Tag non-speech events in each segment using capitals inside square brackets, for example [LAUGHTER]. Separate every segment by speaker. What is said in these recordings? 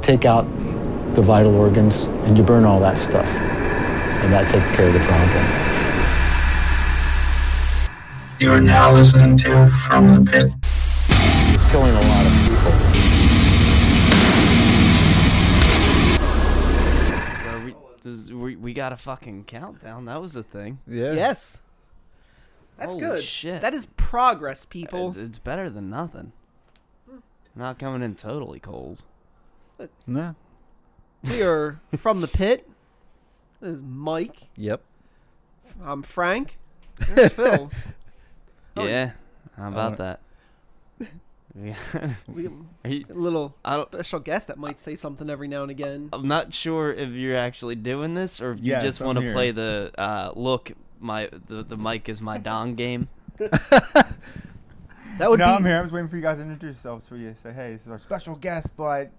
Speaker 1: take out the vital organs and you burn all that stuff. And that takes care of the problem.
Speaker 2: You are now listening to From the Pit.
Speaker 1: It's killing a lot of people.
Speaker 3: Bro, we, does, we, we got a fucking countdown. That was a thing.
Speaker 4: Yeah.
Speaker 5: Yes. That's
Speaker 3: Holy
Speaker 5: good.
Speaker 3: shit.
Speaker 5: That is progress, people.
Speaker 3: It's, it's better than nothing. Not coming in totally cold.
Speaker 4: No.
Speaker 5: we are from the pit. This is Mike.
Speaker 4: Yep.
Speaker 5: I'm
Speaker 3: [LAUGHS]
Speaker 5: Frank. There's Phil. Oh,
Speaker 3: yeah. How about that? Yeah. [LAUGHS]
Speaker 5: We got
Speaker 3: Are you-
Speaker 5: a little
Speaker 3: I don't-
Speaker 5: special guest that might say something every now and again.
Speaker 3: I'm not sure if you're actually doing this or if you
Speaker 4: Yes,
Speaker 3: just
Speaker 4: I'm
Speaker 3: want to
Speaker 4: here.
Speaker 3: play the uh, look. My the, the mic is my dong game.
Speaker 5: That would
Speaker 6: no,
Speaker 5: be.
Speaker 6: I'm here. I was waiting for you guys to introduce yourselves for you. to Say, hey, this is our special guest, but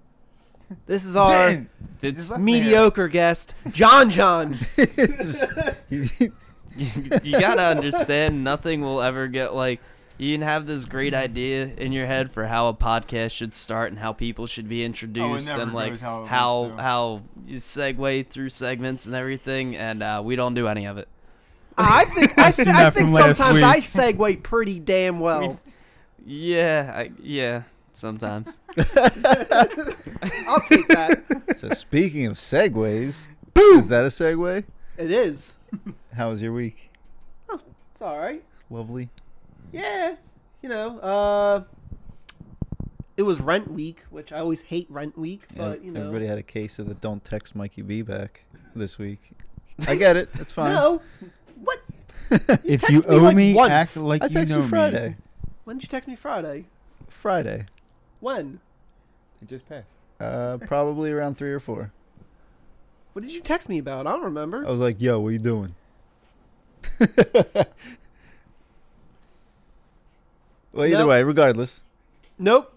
Speaker 5: This is our [LAUGHS]
Speaker 6: Dang!
Speaker 3: It's-
Speaker 6: Just left me here.
Speaker 5: mediocre guest, John.
Speaker 3: [LAUGHS]
Speaker 5: John.
Speaker 4: It's just- he-
Speaker 3: you gotta understand nothing will ever get like you can have this great idea in your head for how a podcast should start and how people should be introduced
Speaker 6: never
Speaker 3: and like
Speaker 6: goes how it
Speaker 3: how
Speaker 6: was,
Speaker 3: how,
Speaker 6: though.
Speaker 3: you segue through segments and everything and uh, we don't do any of it
Speaker 5: I think. I,
Speaker 6: seen
Speaker 5: th- I
Speaker 6: that
Speaker 5: think
Speaker 6: from last
Speaker 5: sometimes
Speaker 6: week.
Speaker 5: I segue pretty
Speaker 3: [LAUGHS]
Speaker 5: damn well.
Speaker 3: yeah I, yeah sometimes
Speaker 5: I'll take that.
Speaker 4: so speaking of segues, is that a segue?
Speaker 5: It is.
Speaker 4: How was your week?
Speaker 5: It's all right.
Speaker 4: Lovely.
Speaker 5: Yeah, you know, uh, it was rent week, which I always hate rent week, but
Speaker 4: Ev-
Speaker 5: you know,
Speaker 4: Everybody had a case of the "Don't text Mikey B" back this week. I get it. That's fine.
Speaker 5: no, what?
Speaker 6: If
Speaker 5: text
Speaker 6: you
Speaker 5: me,
Speaker 6: owe
Speaker 5: like,
Speaker 6: me,
Speaker 5: once.
Speaker 6: act like
Speaker 4: I
Speaker 6: you
Speaker 4: text
Speaker 6: know
Speaker 4: you Friday.
Speaker 6: me.
Speaker 5: When did you text me Friday?
Speaker 4: Friday.
Speaker 5: When?
Speaker 6: It just passed.
Speaker 4: Uh, probably around three or four.
Speaker 5: What did you text me about? I don't remember.
Speaker 4: I was like, "Yo, what you doing?" [LAUGHS] well, either
Speaker 5: Nope.
Speaker 4: way, regardless,
Speaker 5: Nope.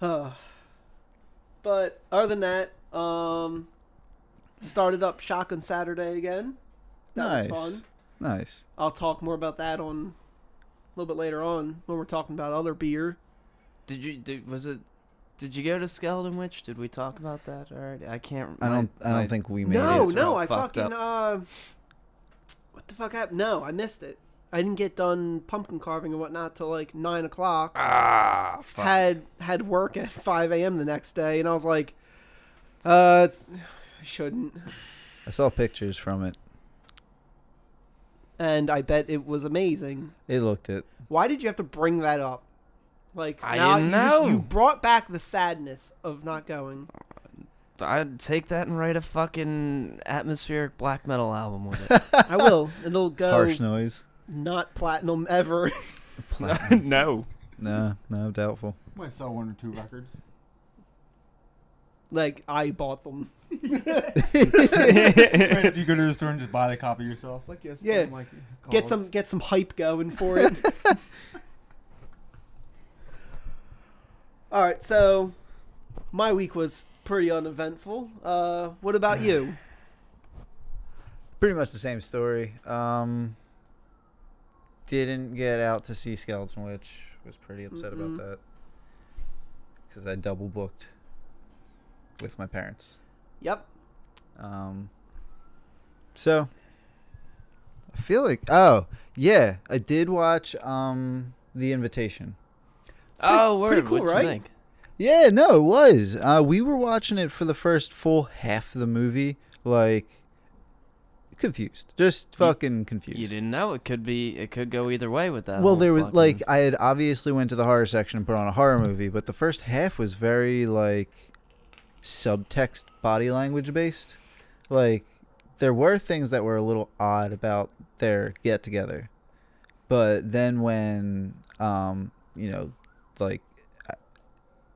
Speaker 5: Uh, but other than that, um, started up Shotgun Saturday again. That
Speaker 4: nice,
Speaker 5: was fun.
Speaker 4: nice.
Speaker 5: I'll talk more about that on a little bit later on when we're talking about other beer.
Speaker 3: [LAUGHS] did you did, was it did you go to skeleton witch did we talk about that already I can't
Speaker 4: I
Speaker 3: my-
Speaker 4: don't, I
Speaker 3: my-
Speaker 4: don't think we made
Speaker 5: no,
Speaker 4: it.
Speaker 5: no,
Speaker 3: all
Speaker 5: I
Speaker 3: fucked
Speaker 5: fucking uh, what the fuck happened? No, I missed it. I didn't get done pumpkin carving and whatnot till like nine o'clock.
Speaker 3: ah fuck.
Speaker 5: Had had work at five a.m. the next day, and I was like, uh, it's, I shouldn't.
Speaker 4: I saw pictures from it.
Speaker 5: And I bet it was amazing.
Speaker 4: It looked it.
Speaker 5: Why did you have to bring that up? Like
Speaker 3: I
Speaker 5: now
Speaker 3: didn't
Speaker 5: you just
Speaker 3: know.
Speaker 5: you brought back the sadness of not going.
Speaker 3: I'd take that and write a fucking atmospheric black metal album with
Speaker 4: [LAUGHS]
Speaker 3: it
Speaker 5: I will.
Speaker 3: [LAUGHS]
Speaker 5: It'll go
Speaker 4: Harsh noise.
Speaker 5: not platinum ever.
Speaker 3: no
Speaker 4: No, no, doubtful.
Speaker 6: Might sell one or two [LAUGHS] records.
Speaker 5: like I bought them.
Speaker 6: Straight up, you go to the store and just buy the copy yourself. Like yes,
Speaker 5: Yeah.
Speaker 6: fucking Like,
Speaker 5: Get some get some hype going for [LAUGHS] it. All right, so my week was pretty uneventful. Uh, what about [SIGHS] you?
Speaker 4: Pretty much the same story. Um, didn't get out to see Skeleton Witch. Was pretty upset about that because I double booked with my parents.
Speaker 5: Yep.
Speaker 4: Um, so I feel like oh yeah, I did watch um The Invitation.
Speaker 3: oh word,
Speaker 5: pretty cool,
Speaker 3: what'd you
Speaker 5: right?
Speaker 3: think?
Speaker 4: Yeah, no, it was. Uh, we were watching it for the first full half of the movie, like confused, just fucking confused.
Speaker 3: You didn't know it could be. It could go either way with that.
Speaker 4: Well,
Speaker 3: whole
Speaker 4: there was
Speaker 3: fucking-
Speaker 4: like I had obviously went to the horror section and put on a horror movie, but the first half was very like subtext body language based. Like there were things that were a little odd about their get together. But then when um, you know, like uh,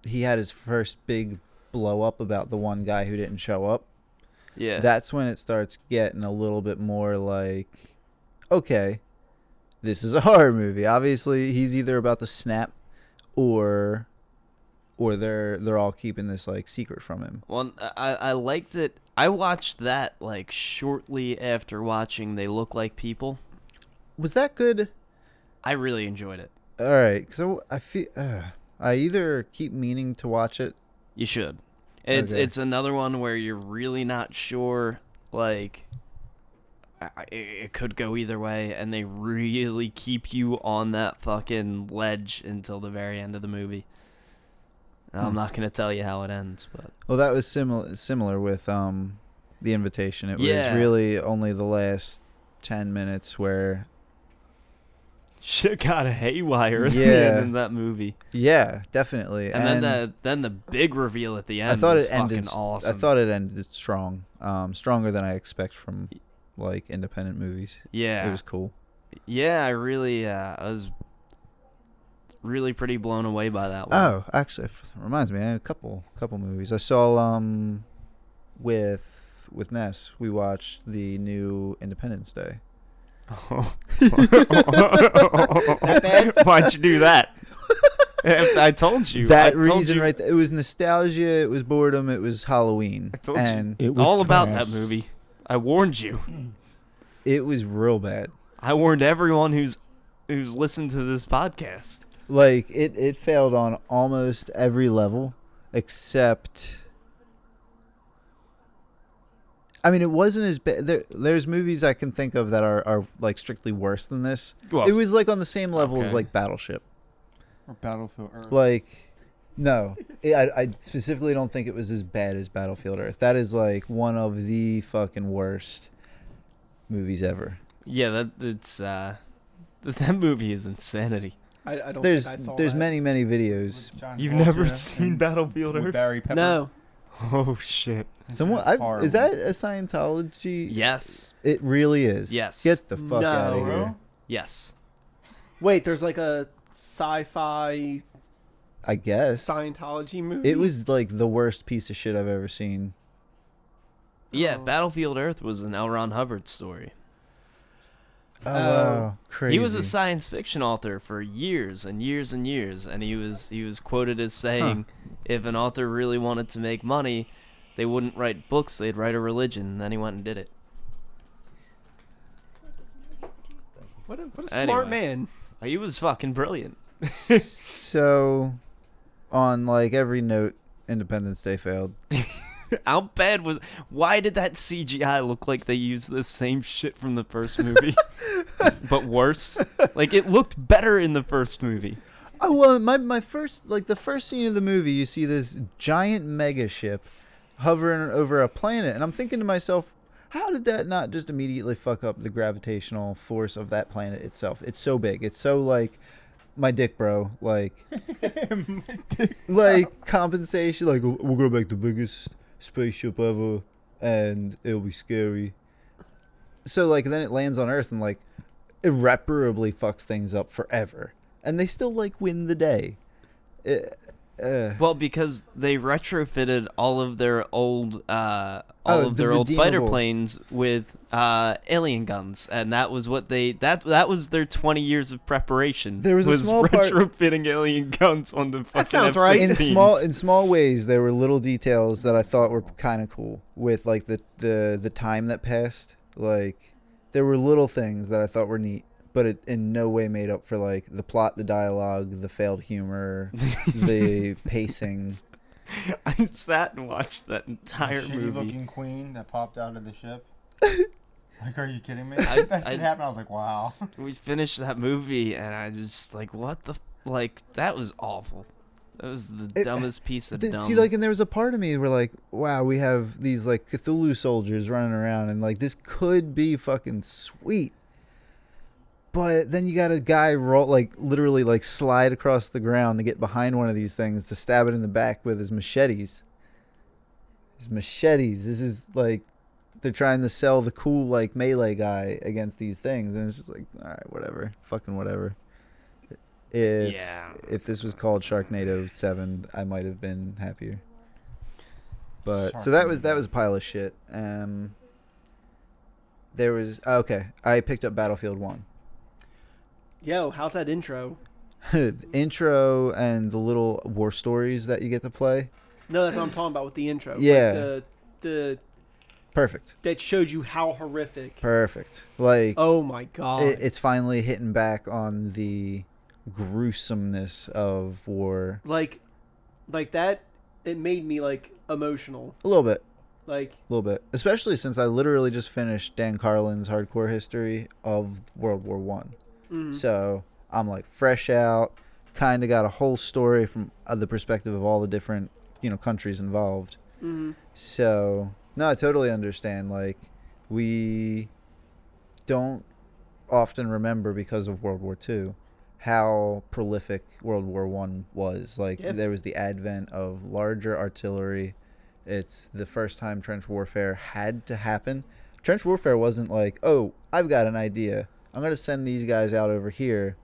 Speaker 4: he had his first big blow up about the one guy who didn't show up
Speaker 3: yeah.
Speaker 4: that's when it starts getting a little bit more like okay this is a [LAUGHS] horror movie obviously he's either about to snap or or they're they're all keeping this like secret from him
Speaker 3: Well, I I liked it. I watched that like shortly after watching They Look Like People.
Speaker 4: was that good
Speaker 3: I really enjoyed it.
Speaker 4: all right because I, feel uh, I either keep meaning to watch it.
Speaker 3: You should. It's
Speaker 4: Okay.
Speaker 3: it's another one where you're really not sure. Like, I- I- it could go either way, and they really keep you on that fucking ledge until the very end of the movie. I'm
Speaker 4: Hmm.
Speaker 3: not gonna tell you how it ends, but
Speaker 4: Well, that was similar similar with um, the invitation. It
Speaker 3: Yeah.
Speaker 4: was really only the last ten minutes where
Speaker 3: shit got haywire at the
Speaker 4: Yeah.
Speaker 3: end of that movie.
Speaker 4: yeah, definitely.
Speaker 3: And, then the then the big reveal at the end.
Speaker 4: I thought
Speaker 3: was
Speaker 4: it ended.
Speaker 3: fucking
Speaker 4: Awesome.
Speaker 3: awesome.
Speaker 4: I thought it ended strong, um, stronger than I expect from like independent movies.
Speaker 3: yeah,
Speaker 4: It was cool.
Speaker 3: yeah. I really, uh, I was really pretty blown away by that one.
Speaker 4: Oh, actually, f- reminds me. I had a couple, couple movies. I saw um, with with Ness, we watched the new Independence
Speaker 3: [LAUGHS]
Speaker 4: Day. [LAUGHS] Oh.
Speaker 1: [LAUGHS]
Speaker 3: [LAUGHS] Why'd you do that? I told you. I
Speaker 4: that
Speaker 3: told
Speaker 4: reason
Speaker 3: you
Speaker 4: right there. It was nostalgia. It was boredom. It was Halloween.
Speaker 3: I told you.
Speaker 4: and
Speaker 1: It was
Speaker 3: all about
Speaker 1: trash.
Speaker 3: that movie. I warned you.
Speaker 4: it was real bad.
Speaker 3: I warned everyone who's who's listened to this podcast.
Speaker 4: Like it, it failed on almost every level, except. I mean, it wasn't as bad. There, there's movies I can think of that are, are like strictly worse than this.
Speaker 3: Well,
Speaker 4: it was like on the same level as
Speaker 3: okay.
Speaker 4: like Battleship.
Speaker 6: Or Battlefield Earth.
Speaker 4: Like, no, I, I- I specifically don't think it was as bad as Battlefield Earth. That is like one of the fucking worst movies ever.
Speaker 3: yeah, that it's uh, [LAUGHS] that, that movie is insanity.
Speaker 5: I, I don't
Speaker 4: There's
Speaker 5: think I saw
Speaker 4: there's
Speaker 5: that.
Speaker 4: many many videos.
Speaker 6: With John
Speaker 3: You've
Speaker 6: Travolta
Speaker 3: never seen
Speaker 6: and
Speaker 3: Battlefield
Speaker 6: with
Speaker 3: Earth?
Speaker 6: Barry Pepper.
Speaker 5: No.
Speaker 3: [LAUGHS] Oh shit!
Speaker 4: Someone
Speaker 6: It's
Speaker 4: I,
Speaker 6: horrible.
Speaker 4: is that a Scientology?
Speaker 3: Yes,
Speaker 4: It really is.
Speaker 3: Yes.
Speaker 4: Get the fuck
Speaker 5: No.
Speaker 4: out of
Speaker 6: For
Speaker 4: here.
Speaker 6: real?
Speaker 3: yes.
Speaker 5: Wait, there's like a sci-fi
Speaker 4: I guess
Speaker 5: Scientology movie.
Speaker 4: it was like the worst piece of shit I've ever seen.
Speaker 3: Yeah,
Speaker 5: Oh.
Speaker 3: Battlefield Earth was an L. Ron Hubbard story.
Speaker 4: Oh,
Speaker 5: Uh,
Speaker 4: wow. crazy.
Speaker 3: He was a science fiction author for years and years and years, and he was he was quoted as saying, "If an author really wanted to make money, they wouldn't write books; they'd write a religion." And then he went and did it.
Speaker 5: what a, what a
Speaker 3: Anyway.
Speaker 5: smart man.
Speaker 3: He was fucking [LAUGHS] brilliant.
Speaker 4: [LAUGHS] so on like every note. Independence Day failed.
Speaker 3: How bad was? Why did that CGI look like they used the same shit from the first movie, [LAUGHS] but worse? Like it looked better in the first movie.
Speaker 4: Oh well, my my first like the first scene of the movie, you see this giant mega ship hovering over a planet, and I'm thinking to myself, how did that not just immediately fuck up the gravitational force of that planet itself? It's so big. It's so like my dick, bro. Like like compensation. Like we'll go back the biggest spaceship ever, and it'll be scary. So like then it lands on Earth and like irreparably fucks things up forever, and they still like win the day. It, uh,
Speaker 3: Well, because they retrofitted all of their old uh, all
Speaker 4: Oh,
Speaker 3: of
Speaker 4: the
Speaker 3: their old fighter
Speaker 4: redeemable.
Speaker 3: planes with uh, alien guns, and that was what they that that was their twenty years of preparation.
Speaker 4: There was a small part-
Speaker 3: retrofitting alien guns on the fucking
Speaker 5: sounds right.
Speaker 4: in
Speaker 3: F-16s. [LAUGHS]
Speaker 4: small in small ways, there were little details that I thought were kind of cool with like the the the time that passed. Like there were little things that I thought were neat, but it in no way made up for like the plot, the dialogue, the failed humor, the pacing.
Speaker 3: I sat and watched that entire
Speaker 6: shitty
Speaker 3: movie.
Speaker 6: looking queen that popped out of the ship. like, are you kidding me?
Speaker 3: I-
Speaker 6: [LAUGHS] that
Speaker 3: I-
Speaker 6: shit happened. I was like, wow.
Speaker 3: We finished that movie, and I just like, what the f- like? That was awful. That was the
Speaker 4: It-
Speaker 3: dumbest piece of
Speaker 4: Th-
Speaker 3: dumb.
Speaker 4: See, like, and there was a part of me where, like, wow, we have these like Cthulhu soldiers running around, and like this could be fucking sweet. But then you got a guy roll, like, literally, like, slide across the ground to get behind one of these things to stab it in the back with his machetes. His machetes. This is like they're trying to sell the cool like melee guy against these things, and it's just like, all right, whatever, fucking whatever. If
Speaker 3: yeah.
Speaker 4: if this was called Sharknado Seven, I might have been happier. But so that was that was a pile of shit. Um, there was okay. I picked up Battlefield One. [LAUGHS]
Speaker 5: Yo, how's that intro?
Speaker 4: The intro and the little war stories that you get to play.
Speaker 5: No, that's what I'm talking about with the intro. Like,
Speaker 4: Yeah.
Speaker 5: the the
Speaker 4: Perfect,
Speaker 5: that showed you how horrific.
Speaker 4: perfect. Like
Speaker 5: Oh my god.
Speaker 4: it, it's finally hitting back on the gruesomeness of war.
Speaker 5: Like, like that. It made me like emotional.
Speaker 4: A little bit,
Speaker 5: Like,
Speaker 4: a little bit. Especially since I literally just finished Dan Carlin's hardcore history of World War One. So I'm like fresh out, kind of got a whole story from uh, the perspective of all the different you know countries involved. So no, I totally understand. Like we don't often remember because of World War Two how prolific World War One was. Like
Speaker 5: Yeah.
Speaker 4: there was the advent of larger artillery. It's the first time trench warfare had to happen. Trench warfare wasn't like, oh, I've got an idea. I'm gonna send these guys out over here,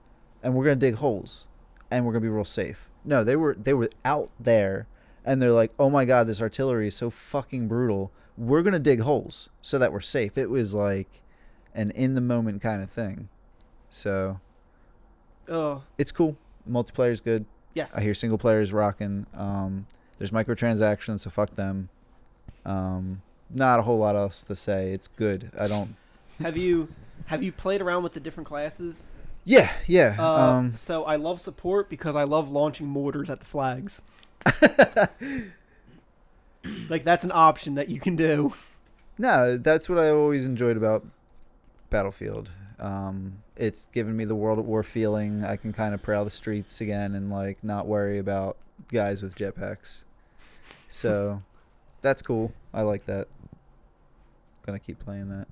Speaker 4: and we're gonna dig holes, and we're gonna be real safe. No, they were they were out there, and they're like, oh my god, this artillery is so fucking brutal. We're gonna dig holes so that we're safe. It was like an in the moment kind of thing. So
Speaker 5: oh
Speaker 4: it's cool. Multiplayer's good.
Speaker 5: yes.
Speaker 4: I hear single players rocking. Um, there's microtransactions, so fuck them. Um, not a whole lot else to say. It's good. I don't.
Speaker 5: Have you have you played around with the
Speaker 4: [LAUGHS]
Speaker 5: different classes?
Speaker 4: Yeah, yeah.
Speaker 5: Uh,
Speaker 4: um,
Speaker 5: so I love support because I love launching mortars at the flags.
Speaker 4: [LAUGHS]
Speaker 5: like that's an option that you can do.
Speaker 4: No, that's what I always enjoyed about Battlefield. Um, it's given me the World at War feeling. I can kind of prowl the streets again and like not worry about guys with jetpacks. So that's cool. I like that. Gonna keep playing that.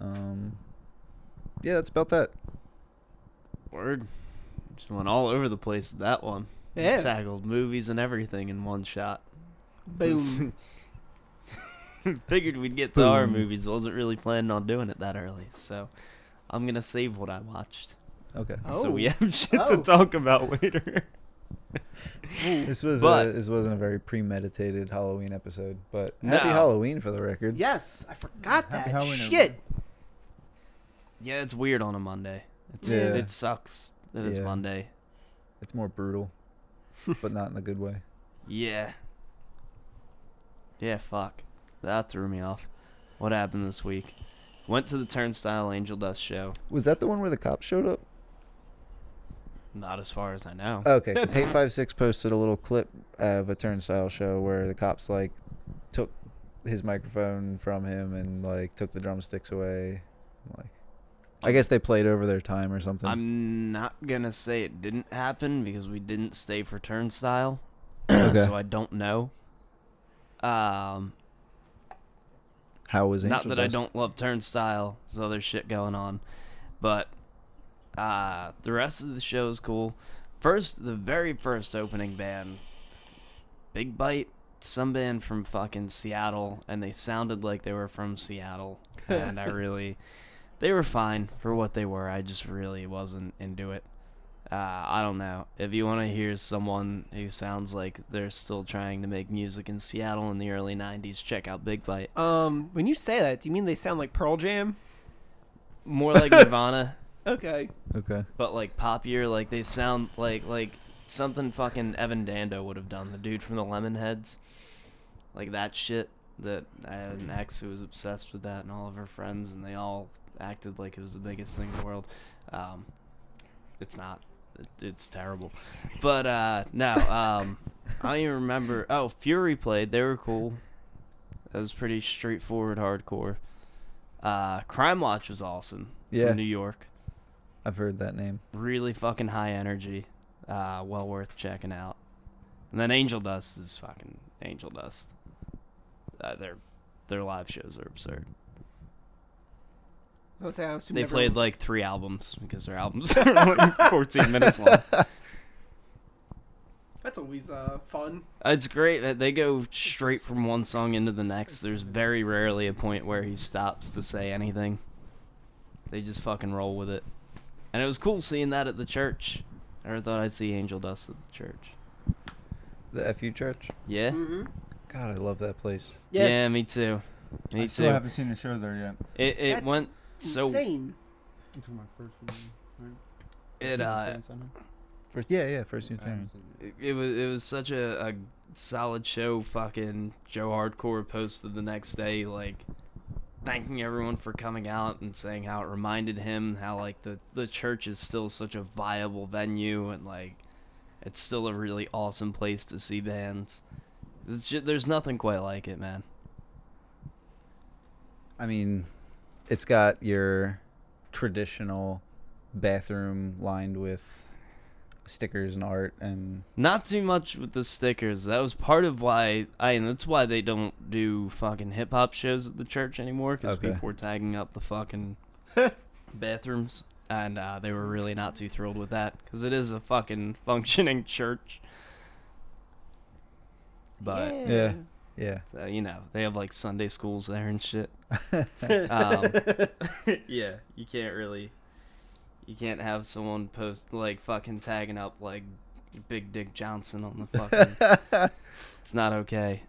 Speaker 4: Um, yeah, that's about that.
Speaker 3: Word. Just went all over the place with that one.
Speaker 5: Yeah.
Speaker 3: Tackled movies and everything in one shot. [LAUGHS]
Speaker 5: Boom.
Speaker 3: Figured we'd get to our
Speaker 4: Boom.
Speaker 3: movies. Wasn't really planning on doing it that early, so I'm gonna save what I watched. [LAUGHS]
Speaker 4: Okay.
Speaker 3: So we
Speaker 5: Oh.
Speaker 3: have [LAUGHS] shit to
Speaker 5: Oh.
Speaker 3: talk about later.
Speaker 4: This was
Speaker 3: But-
Speaker 4: a, this wasn't a very premeditated Halloween episode, but
Speaker 3: No.
Speaker 4: happy Halloween for the record.
Speaker 5: Yes, I forgot that.
Speaker 6: Happy Halloween,
Speaker 5: Shit.
Speaker 3: yeah, it's weird on a Monday. It's
Speaker 4: Yeah.
Speaker 3: it sucks that it's
Speaker 4: Yeah.
Speaker 3: Monday.
Speaker 4: It's more brutal, but not in a good way.
Speaker 3: Yeah. Yeah, fuck. That threw me off. What happened this week? Went to the Turnstile Angel Dust show.
Speaker 4: Was that the one where the cops showed up?
Speaker 3: Not as far as I know.
Speaker 4: Okay, because Hate Five Six posted a little clip of a turnstile show where the cops like took his microphone from him and like took the drumsticks away. Like, I guess they played over their time or something.
Speaker 3: I'm not gonna say it didn't happen because we didn't stay for turnstile, [CLEARS THROAT]
Speaker 4: Okay.
Speaker 3: so I don't know. Um,
Speaker 4: How was Angel
Speaker 3: not that
Speaker 4: Dust?
Speaker 3: I don't love turnstile. There's other shit going on, but uh, the rest of the show is cool. First, the very first opening band, Big Bite, some band from fucking Seattle, and they sounded like they were from Seattle, and I really, they were fine for what they were. I just really wasn't into it. Uh, I don't know. If you want to hear someone who sounds like they're still trying to make music in Seattle in the early 90s, check out Big Bite.
Speaker 5: Um, when you say that, do you mean they sound like Pearl Jam?
Speaker 3: more like Nirvana,
Speaker 5: Okay.
Speaker 4: Okay.
Speaker 3: but like poppier. Like they sound like like something fucking Evan Dando would have done. The dude from the Lemonheads, like that shit. That I had an ex who was obsessed with that, and all of her friends, and they all acted like it was the biggest thing in the world. Um, it's not. It, it's terrible. But uh, no, um, I don't even remember. Oh, Fury played. They were cool. That was pretty straightforward hardcore. Uh, Crime Watch was awesome.
Speaker 4: Yeah.
Speaker 3: From New York
Speaker 4: I've heard that name.
Speaker 3: really fucking high energy. Uh, well worth checking out. And then Angel Dust is fucking Angel Dust. Uh, their their live shows are absurd.
Speaker 5: Let's say I assume
Speaker 3: They
Speaker 5: everyone-
Speaker 3: played like three albums because their albums are like 14 minutes long.
Speaker 5: That's always uh fun.
Speaker 3: It's great that they go straight from one song into the next. There's very rarely a point where he stops to say anything. They just fucking roll with it. And it was cool seeing that at the church. I never thought I'd see Angel Dust at the church.
Speaker 4: The FU Church.
Speaker 3: Yeah?
Speaker 5: Mm-hmm.
Speaker 4: God, I love that place.
Speaker 3: Yeah,
Speaker 5: Yeah.
Speaker 3: me too. Me
Speaker 6: I
Speaker 3: too.
Speaker 6: still haven't seen a show there yet.
Speaker 3: It, it
Speaker 5: That's
Speaker 3: went so
Speaker 5: Insane.
Speaker 6: Into my first one.
Speaker 3: it uh
Speaker 4: First, yeah, yeah, first new town.
Speaker 6: [LAUGHS]
Speaker 3: it, it was it was such a, a solid show. Fucking Joe Hardcore posted the next day like thanking everyone for coming out and saying how it reminded him how like the the church is still such a viable venue and like it's still a really awesome place to see bands. It's ju- there's nothing quite like it, man.
Speaker 4: I mean, it's got your traditional bathroom lined with stickers and art and
Speaker 3: Not too much with the stickers. That was part of why I, and that's why they don't do fucking hip hop shows at the church anymore because
Speaker 4: Okay.
Speaker 3: people were tagging up the fucking bathrooms, and uh, they were really not too thrilled with that because it is a fucking functioning [LAUGHS] church. But
Speaker 4: yeah, yeah.
Speaker 3: so, you know they have like Sunday schools there and
Speaker 4: [LAUGHS]
Speaker 3: shit. um, yeah, you can't really, you can't have someone post like fucking tagging up like Big Dick Johnson on the fucking.
Speaker 4: [LAUGHS]
Speaker 3: It's not okay.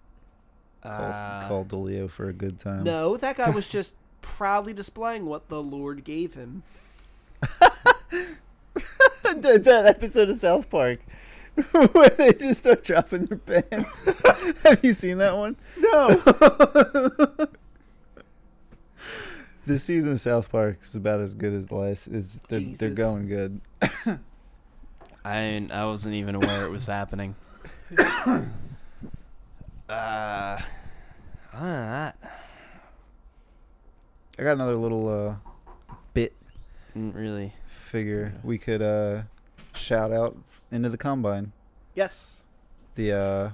Speaker 4: Call,
Speaker 3: Uh,
Speaker 4: call Delio for a good time.
Speaker 5: No, that guy was just proudly displaying what the Lord gave him.
Speaker 4: [LAUGHS] that, that episode of South Park [LAUGHS] where they just start dropping their pants. [LAUGHS] Have you seen that one?
Speaker 5: No.
Speaker 4: This season of South Park is about as good as the last. It's, they're, they're
Speaker 5: Jesus.
Speaker 4: going good.
Speaker 3: Uh, I I wasn't even aware it
Speaker 4: [COUGHS]
Speaker 3: was happening. [COUGHS] uh, other than that,
Speaker 4: I got another little uh, bit
Speaker 3: didn't really.
Speaker 4: figure we could uh, shout out into the combine.
Speaker 5: [LAUGHS] yes.
Speaker 4: The uh,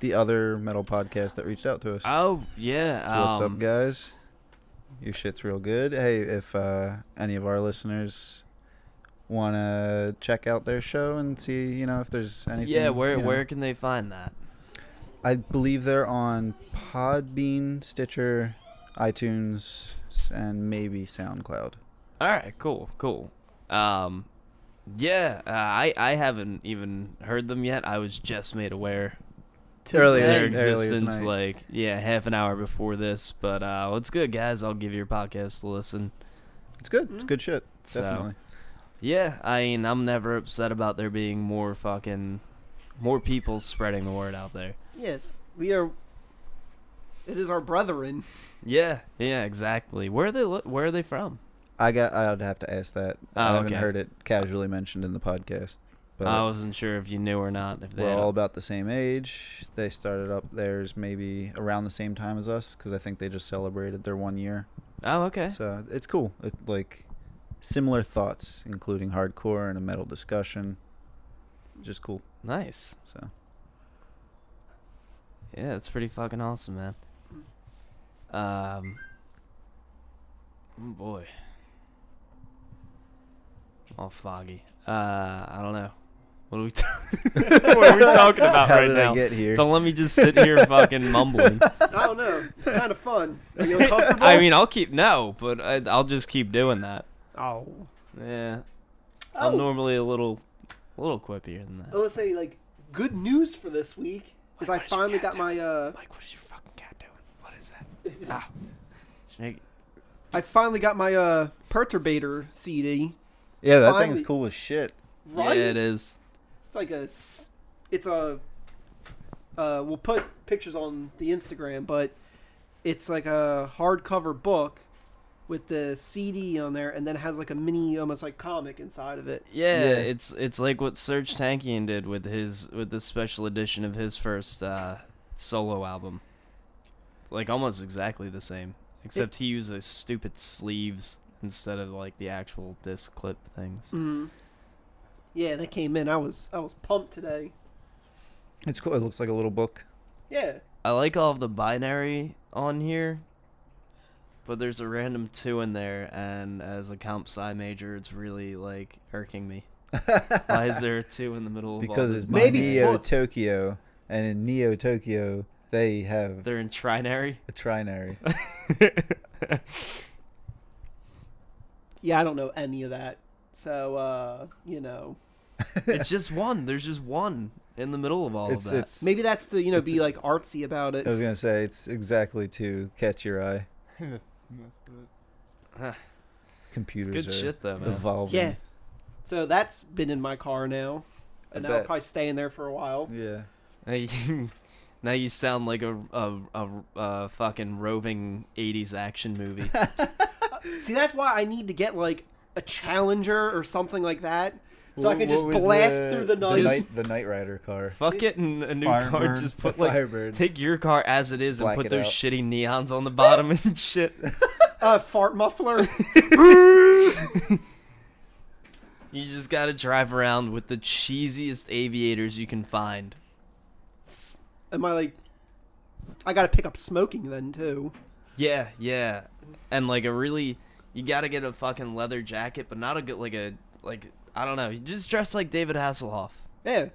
Speaker 4: the other metal podcast that reached out to us.
Speaker 3: Oh yeah.
Speaker 4: So what's
Speaker 3: um,
Speaker 4: up, guys? Your shit's real good. Hey, if uh, any of our listeners want to check out their show and see, you know, if there's anything.
Speaker 3: Yeah, where
Speaker 4: you know.
Speaker 3: where can they find that?
Speaker 4: I believe they're on Podbean, Stitcher, iTunes, and maybe SoundCloud.
Speaker 3: All right, cool, cool. Um, yeah, uh, I I haven't even heard them yet. I was just made aware
Speaker 4: Earlier,
Speaker 3: their
Speaker 4: earlier
Speaker 3: existence,
Speaker 4: tonight.
Speaker 3: like yeah, half an hour before this. But uh, what's good, guys? I'll give your podcast a listen.
Speaker 4: It's good. It's good shit.
Speaker 3: So.
Speaker 4: Definitely.
Speaker 3: Yeah, I mean, I'm never upset about there being more fucking more people spreading the word out there.
Speaker 5: Yes. We are. It is our brethren.
Speaker 3: Yeah, yeah, exactly. Where are they? Lo- where are they from?
Speaker 4: I got. I'd have to ask that. I
Speaker 3: Oh,
Speaker 4: haven't
Speaker 3: okay. Um,
Speaker 4: heard it casually mentioned in the podcast, but
Speaker 3: I wasn't sure if you knew or not. If they
Speaker 4: we're
Speaker 3: had a-
Speaker 4: all about the same age. They started up theirs maybe around the same time as us because I think they just celebrated their one year.
Speaker 3: oh, okay.
Speaker 4: So it's cool. It, like similar thoughts, including hardcore and a metal discussion. Just cool.
Speaker 3: Nice.
Speaker 4: So
Speaker 3: Yeah, it's pretty fucking awesome, man. Um, oh boy, all foggy. Uh, I don't know. What are we, [LAUGHS] ta- what are we talking about
Speaker 4: how
Speaker 3: right
Speaker 4: did
Speaker 3: now?
Speaker 4: I get here?
Speaker 3: Don't let me just sit here
Speaker 4: [LAUGHS]
Speaker 3: fucking mumbling.
Speaker 5: [LAUGHS] I don't know. It's kind of fun. Are [LAUGHS] you uncomfortable?
Speaker 3: I mean, I'll keep no, but I, I'll just keep doing that.
Speaker 5: oh.
Speaker 3: Yeah,
Speaker 5: Oh.
Speaker 3: I'm normally a little, a little quippier than
Speaker 5: I
Speaker 3: that.
Speaker 5: would say, like, good news for this week is I
Speaker 3: What is your
Speaker 5: finally
Speaker 3: cat
Speaker 5: got my, uh,
Speaker 3: Mike, what is your fucking cat doing? What is that?
Speaker 5: [LAUGHS]
Speaker 3: Ah. Shake.
Speaker 5: I finally got my, uh, Perturbator CD.
Speaker 4: Yeah, that
Speaker 5: Finally.
Speaker 4: thing's cool as shit.
Speaker 5: Right?
Speaker 3: Yeah, it is.
Speaker 5: It's like a, s- it's a, uh, we'll put pictures on the Instagram, but it's like a hardcover book with the CD on there, and then it has like a mini, almost like comic inside of it.
Speaker 3: Yeah,
Speaker 4: Yeah.
Speaker 3: it's it's like what Serge Tankian did with his with the special edition of his first uh, solo album. Like almost exactly the same, except he used those stupid sleeves instead of like the actual disc clip things.
Speaker 5: Mm. Yeah, that came in. I was, I was pumped today.
Speaker 4: It's cool. It looks like a little book.
Speaker 5: Yeah.
Speaker 3: I like all of the binary on here, but there's a random two in there, and as a comp sci major, it's really like
Speaker 4: [LAUGHS]
Speaker 3: irking me. Why is there a two in the middle of all
Speaker 4: Because
Speaker 3: this
Speaker 4: it's uh,
Speaker 5: Maybe-
Speaker 4: Neo
Speaker 5: Look.
Speaker 4: Tokyo, and in Neo Tokyo they have
Speaker 3: They're in trinary. [LAUGHS]
Speaker 4: a trinary.
Speaker 5: Yeah, I don't know any of that. So, uh, you know,
Speaker 3: it's just one. There's just one in the middle of all
Speaker 4: it's
Speaker 3: of that.
Speaker 4: it's.
Speaker 5: maybe that's the, you know,
Speaker 4: It's
Speaker 5: be
Speaker 4: a-
Speaker 5: like artsy about it.
Speaker 4: I was gonna say it's exactly to catch your
Speaker 3: [LAUGHS]
Speaker 4: eye. Computers
Speaker 3: Good
Speaker 4: are
Speaker 3: shit though, man.
Speaker 4: evolving.
Speaker 5: Yeah. So that's been in my car now.
Speaker 4: I
Speaker 5: And that'll
Speaker 4: bet.
Speaker 5: probably stay in there for a while.
Speaker 4: Yeah.
Speaker 3: Hey, Now you [LAUGHS] sound like a a, a, a fucking roving '80s action
Speaker 4: [LAUGHS]
Speaker 3: movie.
Speaker 5: See, that's why I need to get like a Challenger or something like that, so I
Speaker 4: Wh-
Speaker 5: can
Speaker 4: what
Speaker 5: just
Speaker 4: was
Speaker 5: blast through the night.
Speaker 4: The night, the Knight Rider car.
Speaker 3: Fuck it, and a new car.
Speaker 6: Firebird.
Speaker 3: Just put
Speaker 4: The
Speaker 3: like
Speaker 4: Firebird.
Speaker 3: take your car as it is
Speaker 4: Black
Speaker 3: and put
Speaker 4: it
Speaker 3: those
Speaker 4: out.
Speaker 3: shitty neons on
Speaker 4: [LAUGHS]
Speaker 3: the bottom and shit.
Speaker 5: [LAUGHS] Uh, fart muffler. [LAUGHS]
Speaker 3: You just gotta drive around with the cheesiest aviators you can find.
Speaker 5: Am I like? I gotta pick up smoking then too.
Speaker 3: Yeah, yeah, and like a really, you gotta get a fucking leather jacket, but not a good like a like I don't know. You just dress like David Hasselhoff.
Speaker 5: Yeah.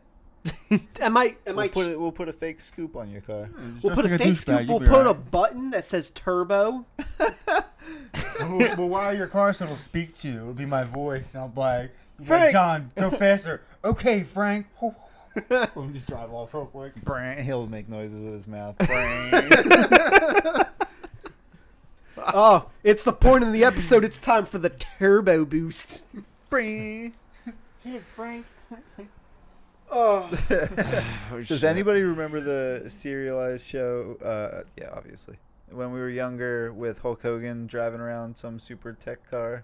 Speaker 5: [LAUGHS] Am I? Am
Speaker 4: We'll
Speaker 5: I?
Speaker 4: put, a, we'll put a fake scoop on your car.
Speaker 5: we'll put a fake scoop. We'll put a button that says turbo. [LAUGHS]
Speaker 6: well, well, while your car someone will speak to you, it'll be my voice, and I'll be like,
Speaker 4: Frank!
Speaker 6: John,
Speaker 5: [LAUGHS]
Speaker 6: go faster. okay, Frank. [LAUGHS] Let me just drive off real quick.
Speaker 4: Brant, he'll make noises with his [LAUGHS] mouth.
Speaker 5: Oh, it's the point in the episode. It's time for the
Speaker 4: [LAUGHS]
Speaker 5: turbo boost.
Speaker 6: Hit it, Frank.
Speaker 5: Oh,
Speaker 3: Oh,
Speaker 4: Does
Speaker 3: shit.
Speaker 4: anybody remember the serialized show? Uh, yeah, obviously. When we were younger, with Hulk Hogan driving around some super tech car.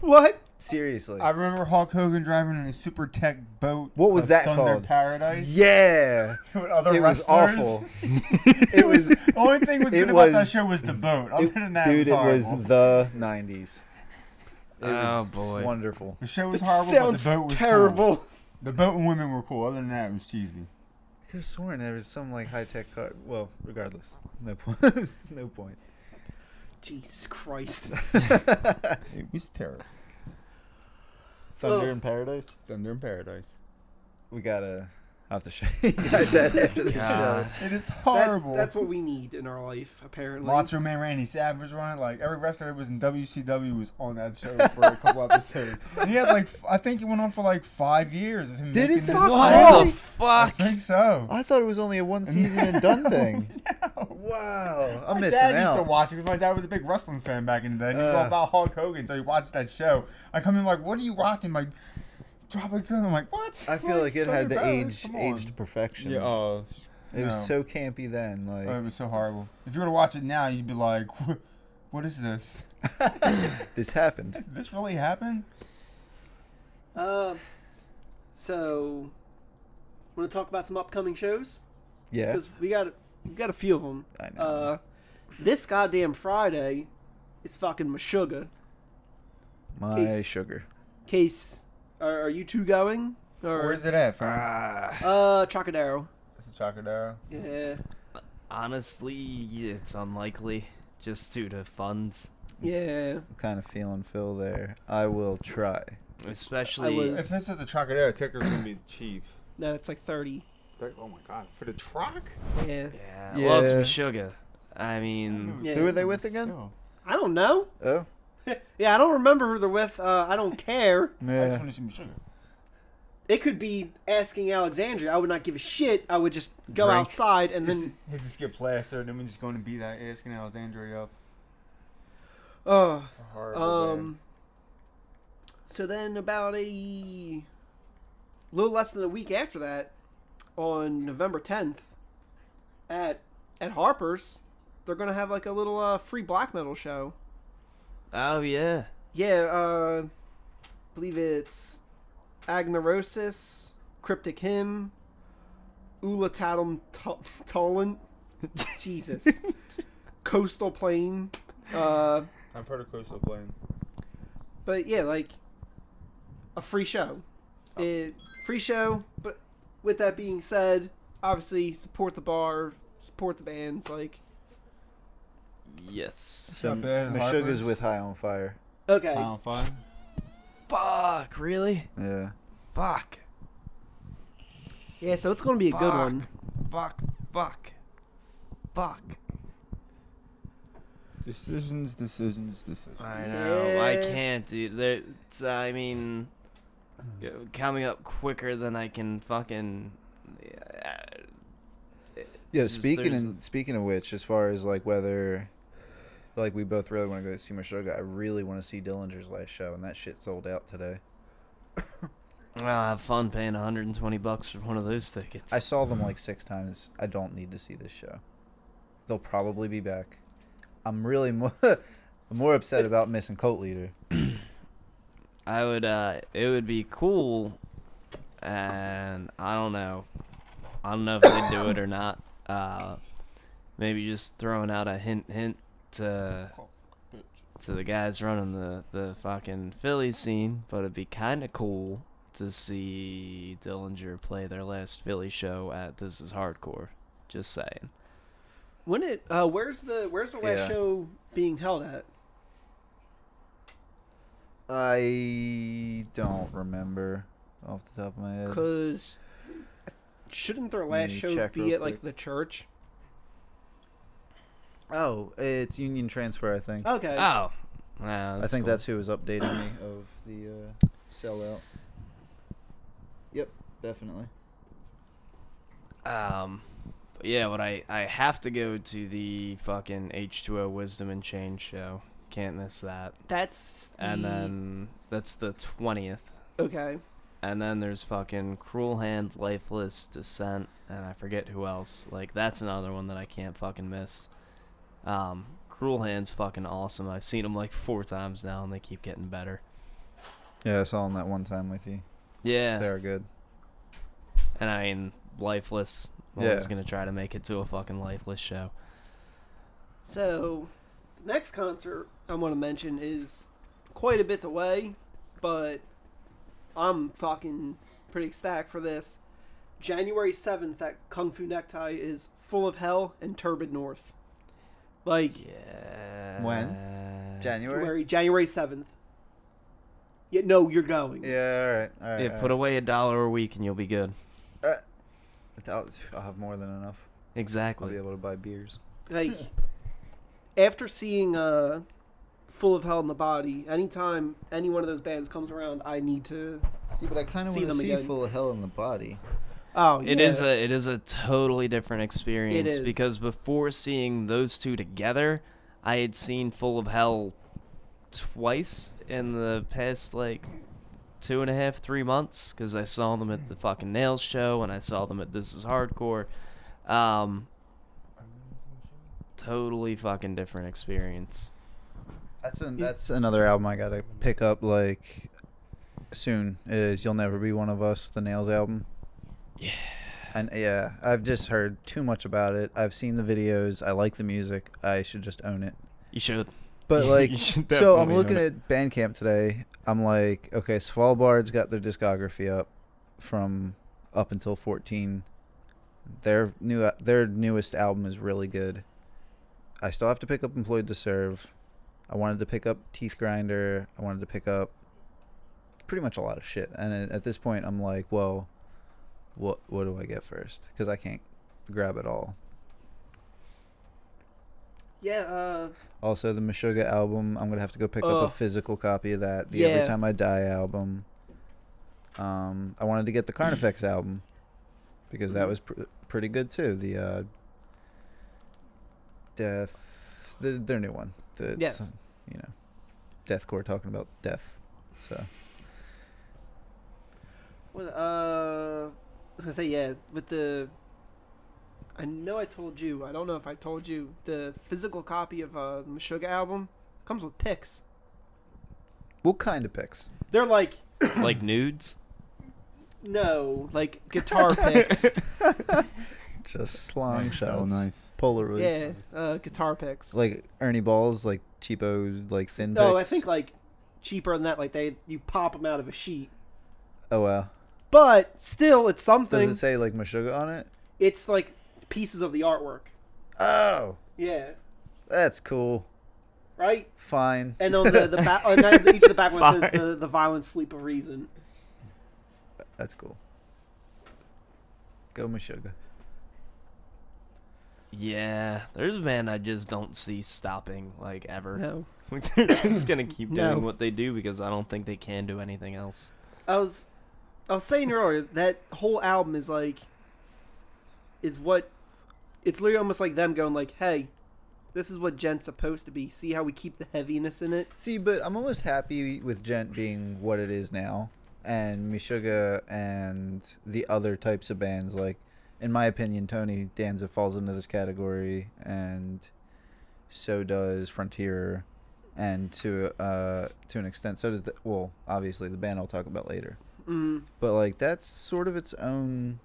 Speaker 5: what?
Speaker 4: Seriously.
Speaker 6: I remember Hulk Hogan driving in a super tech boat.
Speaker 4: What was
Speaker 6: of
Speaker 4: that
Speaker 6: Thunder
Speaker 4: called?
Speaker 6: Paradise.
Speaker 4: yeah,
Speaker 6: [LAUGHS] With other
Speaker 4: it was [LAUGHS]
Speaker 6: wrestlers.
Speaker 4: awful. it was,
Speaker 6: The only thing
Speaker 4: [LAUGHS]
Speaker 6: was
Speaker 4: It
Speaker 6: good about that
Speaker 4: was-
Speaker 6: show was
Speaker 4: [LAUGHS]
Speaker 6: the boat. Other
Speaker 4: it-
Speaker 6: than that,
Speaker 4: dude.
Speaker 6: it was,
Speaker 4: it was
Speaker 6: horrible.
Speaker 4: the '90s. It
Speaker 3: Oh,
Speaker 4: was
Speaker 3: boy.
Speaker 4: wonderful.
Speaker 6: The show was
Speaker 5: It
Speaker 6: horrible, but
Speaker 5: sounds
Speaker 6: the boat was cool.
Speaker 5: terrible.
Speaker 6: The boat and women were cool. Other than that, it was cheesy.
Speaker 4: I could have sworn there was some like high tech car. Well, regardless, no point. [LAUGHS] no point.
Speaker 5: Jesus Christ. [LAUGHS]
Speaker 6: It was terrible.
Speaker 4: Thunder
Speaker 5: Oh.
Speaker 4: in Paradise.
Speaker 6: Thunder in Paradise.
Speaker 4: We gotta I'll have to show you [LAUGHS] guys that after the show.
Speaker 3: God.
Speaker 6: It is
Speaker 5: That's,
Speaker 6: horrible.
Speaker 5: that's what we need in our life, apparently.
Speaker 6: Macho Man Randy Savage on it. Like every wrestler that was in WCW was on that show for a [LAUGHS] couple episodes. And he had like f- I think it went on for like five years of him.
Speaker 4: Did
Speaker 6: making
Speaker 4: it
Speaker 6: this
Speaker 4: fuck-
Speaker 6: show.
Speaker 3: What the
Speaker 4: Really?
Speaker 6: I
Speaker 3: fuck?
Speaker 6: think so.
Speaker 4: I thought it was only a one season and [LAUGHS] done thing. Wow, I'm
Speaker 6: my
Speaker 4: missing
Speaker 6: dad
Speaker 4: out.
Speaker 6: used to watch it because my dad was a big wrestling fan back in the day. And he was
Speaker 4: Uh.
Speaker 6: all about Hulk Hogan, so he watched that show. I come in like, what are you watching? Like, drop it down. I'm like, what?
Speaker 4: I feel like it had the age age to
Speaker 6: aged.
Speaker 4: perfection.
Speaker 6: Yeah. Oh,
Speaker 4: it was so campy then. Like
Speaker 6: Oh, it was so horrible. If you were to watch it now, you'd be like, [LAUGHS] what is this?
Speaker 4: this happened.
Speaker 6: This really happened?
Speaker 5: Uh, so, want to talk about some upcoming shows?
Speaker 4: Yeah,
Speaker 5: Because we got we got a few of them.
Speaker 4: I know.
Speaker 5: Uh, this goddamn Friday is fucking Meshuggah.
Speaker 4: my
Speaker 5: case-
Speaker 4: sugar.
Speaker 5: Case, are, are you two going? Or,
Speaker 6: Where's it at, Frank?
Speaker 5: Uh, Trocadero.
Speaker 6: It's a Chocodero.
Speaker 5: Yeah.
Speaker 3: [SIGHS] Honestly, it's unlikely, just due to funds.
Speaker 5: Yeah.
Speaker 4: I'm kind of feeling Phil there. I will try.
Speaker 3: Especially,
Speaker 5: was-
Speaker 6: If it's at the Chocodero, ticker's gonna be cheap.
Speaker 5: No, it's like 30.
Speaker 6: Like, oh my god, for the truck?
Speaker 5: Yeah.
Speaker 3: yeah, well, it's
Speaker 4: Yeah.
Speaker 3: Meshuggah. I mean,
Speaker 5: Yeah.
Speaker 4: Who are they with again?
Speaker 5: I don't know. [LAUGHS]
Speaker 4: Oh,
Speaker 5: Yeah, I don't remember who they're with. Uh, I don't care.
Speaker 6: I just
Speaker 4: yeah.
Speaker 6: want to see my sugar.
Speaker 5: It could be asking Alexandria. I would not give a shit. I would just go
Speaker 3: Drink.
Speaker 5: outside and then.
Speaker 6: He just get plastered, and then we're just going to beat that ass and Alexandria up.
Speaker 5: Oh.
Speaker 6: Horrible,
Speaker 5: Um. So then, about a little less than a week after that, on November tenth, at at Harper's, they're gonna have like a little uh, free black metal show.
Speaker 3: oh yeah,
Speaker 5: Yeah, uh, believe it's Agnarosis, Cryptic Hymn, Ulatatum Tol- [LAUGHS] Tolant, Jesus, Coastal Plain. Uh,
Speaker 6: man. I've heard of Coastal Plain.
Speaker 5: but yeah, like a free show. It, free show, but with that being said, obviously support the bar, support the bands. Like,
Speaker 3: yes.
Speaker 4: So
Speaker 6: Not bad at
Speaker 4: my sugar's
Speaker 6: Harper's.
Speaker 4: with High on Fire.
Speaker 5: okay,
Speaker 6: Final five.
Speaker 3: Fuck, really?
Speaker 4: Yeah.
Speaker 3: Fuck,
Speaker 5: yeah, so it's gonna be a good
Speaker 3: Fuck.
Speaker 5: one.
Speaker 3: fuck, fuck, fuck.
Speaker 6: Decisions, decisions, decisions.
Speaker 3: I know. I
Speaker 5: Yeah.
Speaker 3: can't, dude. There, it's, I mean, g- coming up quicker than I can fucking.
Speaker 4: Yeah,
Speaker 3: Just
Speaker 4: speaking
Speaker 3: there's-
Speaker 4: and speaking of which, as far as like whether, like we both really want to go see Meshuggah, I really want to see Dillinger's last show, and that shit sold out today.
Speaker 3: Well, have fun paying 120 bucks for one of those tickets.
Speaker 4: I saw them like six times. I don't need to see this show. They'll probably be back. I'm really [LAUGHS] more, more upset about missing Cult Leader.
Speaker 3: I would uh it would be cool and I don't know. I don't know if they'd do it or not. Uh maybe just throwing out a hint hint to to the guys running the, the fucking Philly scene, but it'd be kinda cool to see Dillinger play their last Philly show at This Is Hardcore. Just saying.
Speaker 5: When it uh, where's the where's the last
Speaker 4: Yeah.
Speaker 5: show being held at?
Speaker 4: I don't remember off the top of my head.
Speaker 5: Because shouldn't their last
Speaker 4: me
Speaker 5: show
Speaker 4: check
Speaker 5: be
Speaker 4: real
Speaker 5: at like
Speaker 4: quick.
Speaker 5: the church?
Speaker 4: Oh, it's Union Transfer, I think.
Speaker 5: Okay.
Speaker 3: Oh. Wow,
Speaker 4: I think
Speaker 3: cool.
Speaker 4: that's who was updating me of the uh, sellout. Yep, definitely.
Speaker 3: Um, but yeah, but I I have to go to the fucking H two O Wisdom and Change show. Can't miss that.
Speaker 5: That's
Speaker 3: And
Speaker 5: the-
Speaker 3: then that's the twentieth.
Speaker 5: okay.
Speaker 3: And then there's fucking Cruel Hand, Lifeless, Descent, and I forget who else. Like that's another one that I can't fucking miss. Um, Cruel Hand's fucking awesome. I've seen them like four times now, and they keep getting better.
Speaker 4: Yeah, I saw him that one time with you.
Speaker 3: Yeah,
Speaker 4: They're good.
Speaker 3: and I mean Lifeless. I'm
Speaker 4: Yeah.
Speaker 3: always gonna try to make it to a fucking Lifeless show.
Speaker 5: So the next concert I want to mention is quite a bit away, but I'm fucking pretty stacked for this. January 7th at Kung Fu Necktie is Full of Hell and Turbid North. Like
Speaker 3: Yeah.
Speaker 4: January.
Speaker 5: January January 7th. Yeah, no, you're going.
Speaker 4: Yeah, all right, all right.
Speaker 3: Yeah, put away a dollar a week and you'll be good.
Speaker 4: Uh, I'll, I'll have more than enough. I'll be
Speaker 3: Exactly.
Speaker 4: able to buy beers.
Speaker 5: like after seeing uh full of hell in the body anytime any one of those bands comes around i need to
Speaker 4: See, but I kind of
Speaker 5: See
Speaker 4: want to
Speaker 5: them
Speaker 4: see
Speaker 5: again.
Speaker 4: Full of Hell in the Body.
Speaker 5: oh
Speaker 3: It is a it is a totally different experience
Speaker 5: is.
Speaker 3: because before seeing those two together, I had seen Full of Hell twice in the past like two and a half three months because I saw them at the fucking Nails show and I saw them at This Is Hardcore. Um, totally fucking different experience.
Speaker 4: That's an, that's another album I gotta pick up like soon. Is You'll Never Be One of Us, the Nails album.
Speaker 3: Yeah.
Speaker 4: And yeah, I've just heard too much about it. I've seen the videos. I like the music. I should just own it.
Speaker 3: You should.
Speaker 4: But
Speaker 3: [LAUGHS] You
Speaker 4: like,
Speaker 3: should
Speaker 4: so I'm
Speaker 3: definitely
Speaker 4: looking
Speaker 3: own
Speaker 4: at Bandcamp today. I'm like, okay, Svalbard's got their discography up from up until 14. Their new their newest album is really good. I still have to pick up Employed to Serve. I wanted to pick up Teeth Grinder. I wanted to pick up pretty much a lot of shit. And at- at this point, I'm like, well, what what do I get first? Because I can't grab it all.
Speaker 5: yeah uh
Speaker 4: Also, the Meshuggah album. I'm gonna have to go pick
Speaker 5: Ugh.
Speaker 4: up a physical copy of that. The
Speaker 5: Oh. Yeah.
Speaker 4: Every Time I Die album. Um, I wanted to get the Carnifex album because
Speaker 5: Mm-hmm.
Speaker 4: that was pr- pretty good too. The uh, death, the, their new one. The,
Speaker 5: Yes.
Speaker 4: some- you know, deathcore talking about death. So
Speaker 5: with, uh i was gonna say yeah with the i know i told you i don't know if i told you the physical copy of uh the Meshuggah album comes with pics
Speaker 4: what kind of picks?
Speaker 5: they're like
Speaker 3: like nudes.
Speaker 5: no like
Speaker 3: [LAUGHS]
Speaker 5: guitar picks
Speaker 4: Just
Speaker 5: [LAUGHS]
Speaker 4: slime shots,
Speaker 6: Oh, nice.
Speaker 4: Polaroids.
Speaker 5: yeah uh guitar picks
Speaker 4: Like Ernie Balls, like cheapo, like thin.
Speaker 5: no Oh, i
Speaker 4: pics.
Speaker 5: think like cheaper than that like they you pop them out of a sheet
Speaker 4: Oh wow.
Speaker 5: but still it's something
Speaker 4: Does it say like Meshuggah on it?
Speaker 5: it's like pieces of the artwork
Speaker 4: Oh.
Speaker 5: yeah
Speaker 4: That's cool.
Speaker 5: right
Speaker 4: Fine.
Speaker 5: and
Speaker 4: [LAUGHS]
Speaker 5: on the the [LAUGHS] ba- on that- each of the back one says the, the violent sleep of reason
Speaker 4: That's cool. Go Meshuggah.
Speaker 3: Yeah, there's a band I just don't see stopping like ever.
Speaker 5: no
Speaker 3: [LAUGHS] Like, they're just gonna [LAUGHS] keep doing
Speaker 5: No.
Speaker 3: what they do because I don't think they can do anything else.
Speaker 5: i was i was saying earlier that whole album is like is what it's literally almost like them going like hey this is what gent's supposed to be see how we keep the heaviness in it
Speaker 4: See, but I'm almost happy with Gent being what it is now, and Meshuggah and the other types of bands. Like, in my opinion, Tony Danza falls into this category, and so does Frontier, and to uh to an extent, so does the well, obviously the band I'll talk about later.
Speaker 5: Mm,
Speaker 4: But like that's sort of its own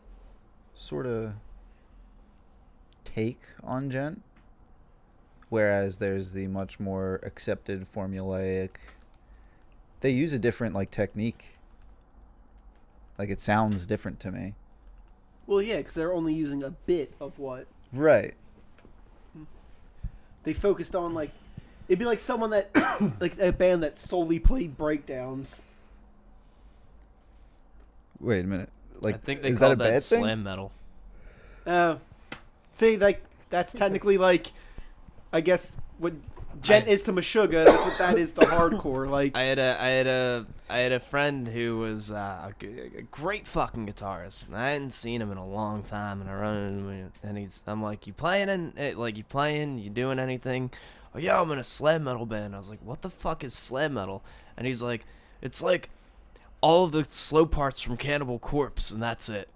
Speaker 4: sort of take on gent. Whereas there's the much more accepted formulaic they use a different like technique. Like it sounds different to me.
Speaker 5: well, yeah, because they're only using a bit of what
Speaker 4: Right.
Speaker 5: they focused on. Like it'd be like someone that, [COUGHS] like a band that solely played breakdowns.
Speaker 4: Wait a minute. Like
Speaker 3: I think they
Speaker 4: is that a
Speaker 3: called that,
Speaker 4: bad thing? [LAUGHS]
Speaker 3: slam metal.
Speaker 5: Uh, see, like that's technically like, I guess what gent
Speaker 3: I-
Speaker 5: is to Meshuggah, that's what that
Speaker 3: [COUGHS]
Speaker 5: is to hardcore. Like,
Speaker 3: I had a I had a I had a friend who was uh, a g- a great fucking guitarist. And I hadn't seen him in a long time, and I run into him and he's I'm like, you playing in eh, like you playing? You doing anything? Oh yeah, I'm in a slam metal band. I was like, what the fuck is slam metal? And he's like, it's like all of the slow parts from Cannibal Corpse, and that's it.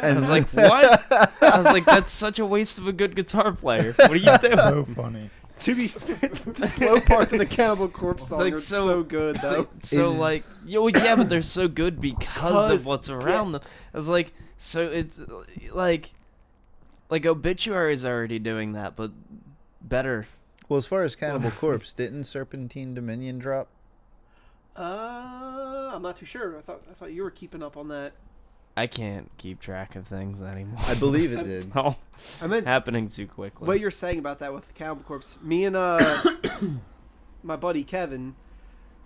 Speaker 3: I was [LAUGHS] like, what? I was like, that's such a waste of a good guitar player. What are you doing?
Speaker 6: [LAUGHS] So
Speaker 5: [LAUGHS]
Speaker 6: funny.
Speaker 5: to be fair, the slow parts in the Cannibal Corpse song
Speaker 3: like
Speaker 5: are
Speaker 3: so-
Speaker 5: so, good though.
Speaker 3: So, so
Speaker 4: Is-
Speaker 3: like, yo, yeah, but they're so good because of
Speaker 5: Because-
Speaker 3: what's around them. I was like, so it's uh, like, like obituary's already doing that, but better.
Speaker 4: Well, as far as
Speaker 3: [LAUGHS]
Speaker 4: Cannibal Corpse, didn't Serpentine Dominion drop?
Speaker 5: Uh, I'm not too sure. I thought I thought you were keeping up on that.
Speaker 3: I can't keep track of things anymore. [LAUGHS]
Speaker 4: I believe [LAUGHS] it did.
Speaker 3: it's all
Speaker 5: I meant
Speaker 3: happening too quickly.
Speaker 5: what you're saying about that with Cannibal Corpse. Me and uh,
Speaker 3: [COUGHS]
Speaker 5: my buddy Kevin,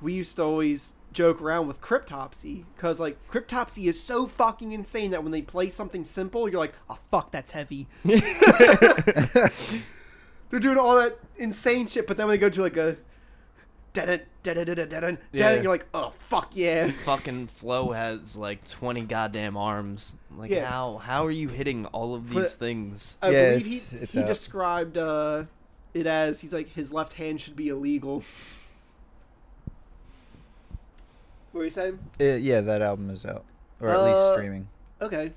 Speaker 5: we used to always joke around with Cryptopsy because like Cryptopsy is so fucking insane that when they play something simple, you're like, oh fuck, that's heavy. They're doing all that insane shit, but then when they go to like a da-dun, da-dun, da-dun, da-dun,
Speaker 3: Yeah.
Speaker 5: da-dun, you're like, oh fuck yeah.
Speaker 3: [LAUGHS]
Speaker 5: [LAUGHS]
Speaker 3: fucking Flo has like twenty goddamn arms. Like,
Speaker 5: Yeah.
Speaker 3: how how are you hitting all of
Speaker 5: For-
Speaker 3: these things?
Speaker 5: I
Speaker 4: Yeah,
Speaker 5: believe
Speaker 4: it's-
Speaker 5: he,
Speaker 4: it's
Speaker 5: he
Speaker 4: out.
Speaker 5: described uh, it as he's like his left hand should be illegal. What were you saying?
Speaker 4: Uh, yeah, that album is out, or at least
Speaker 5: Uh,
Speaker 4: streaming.
Speaker 5: Okay,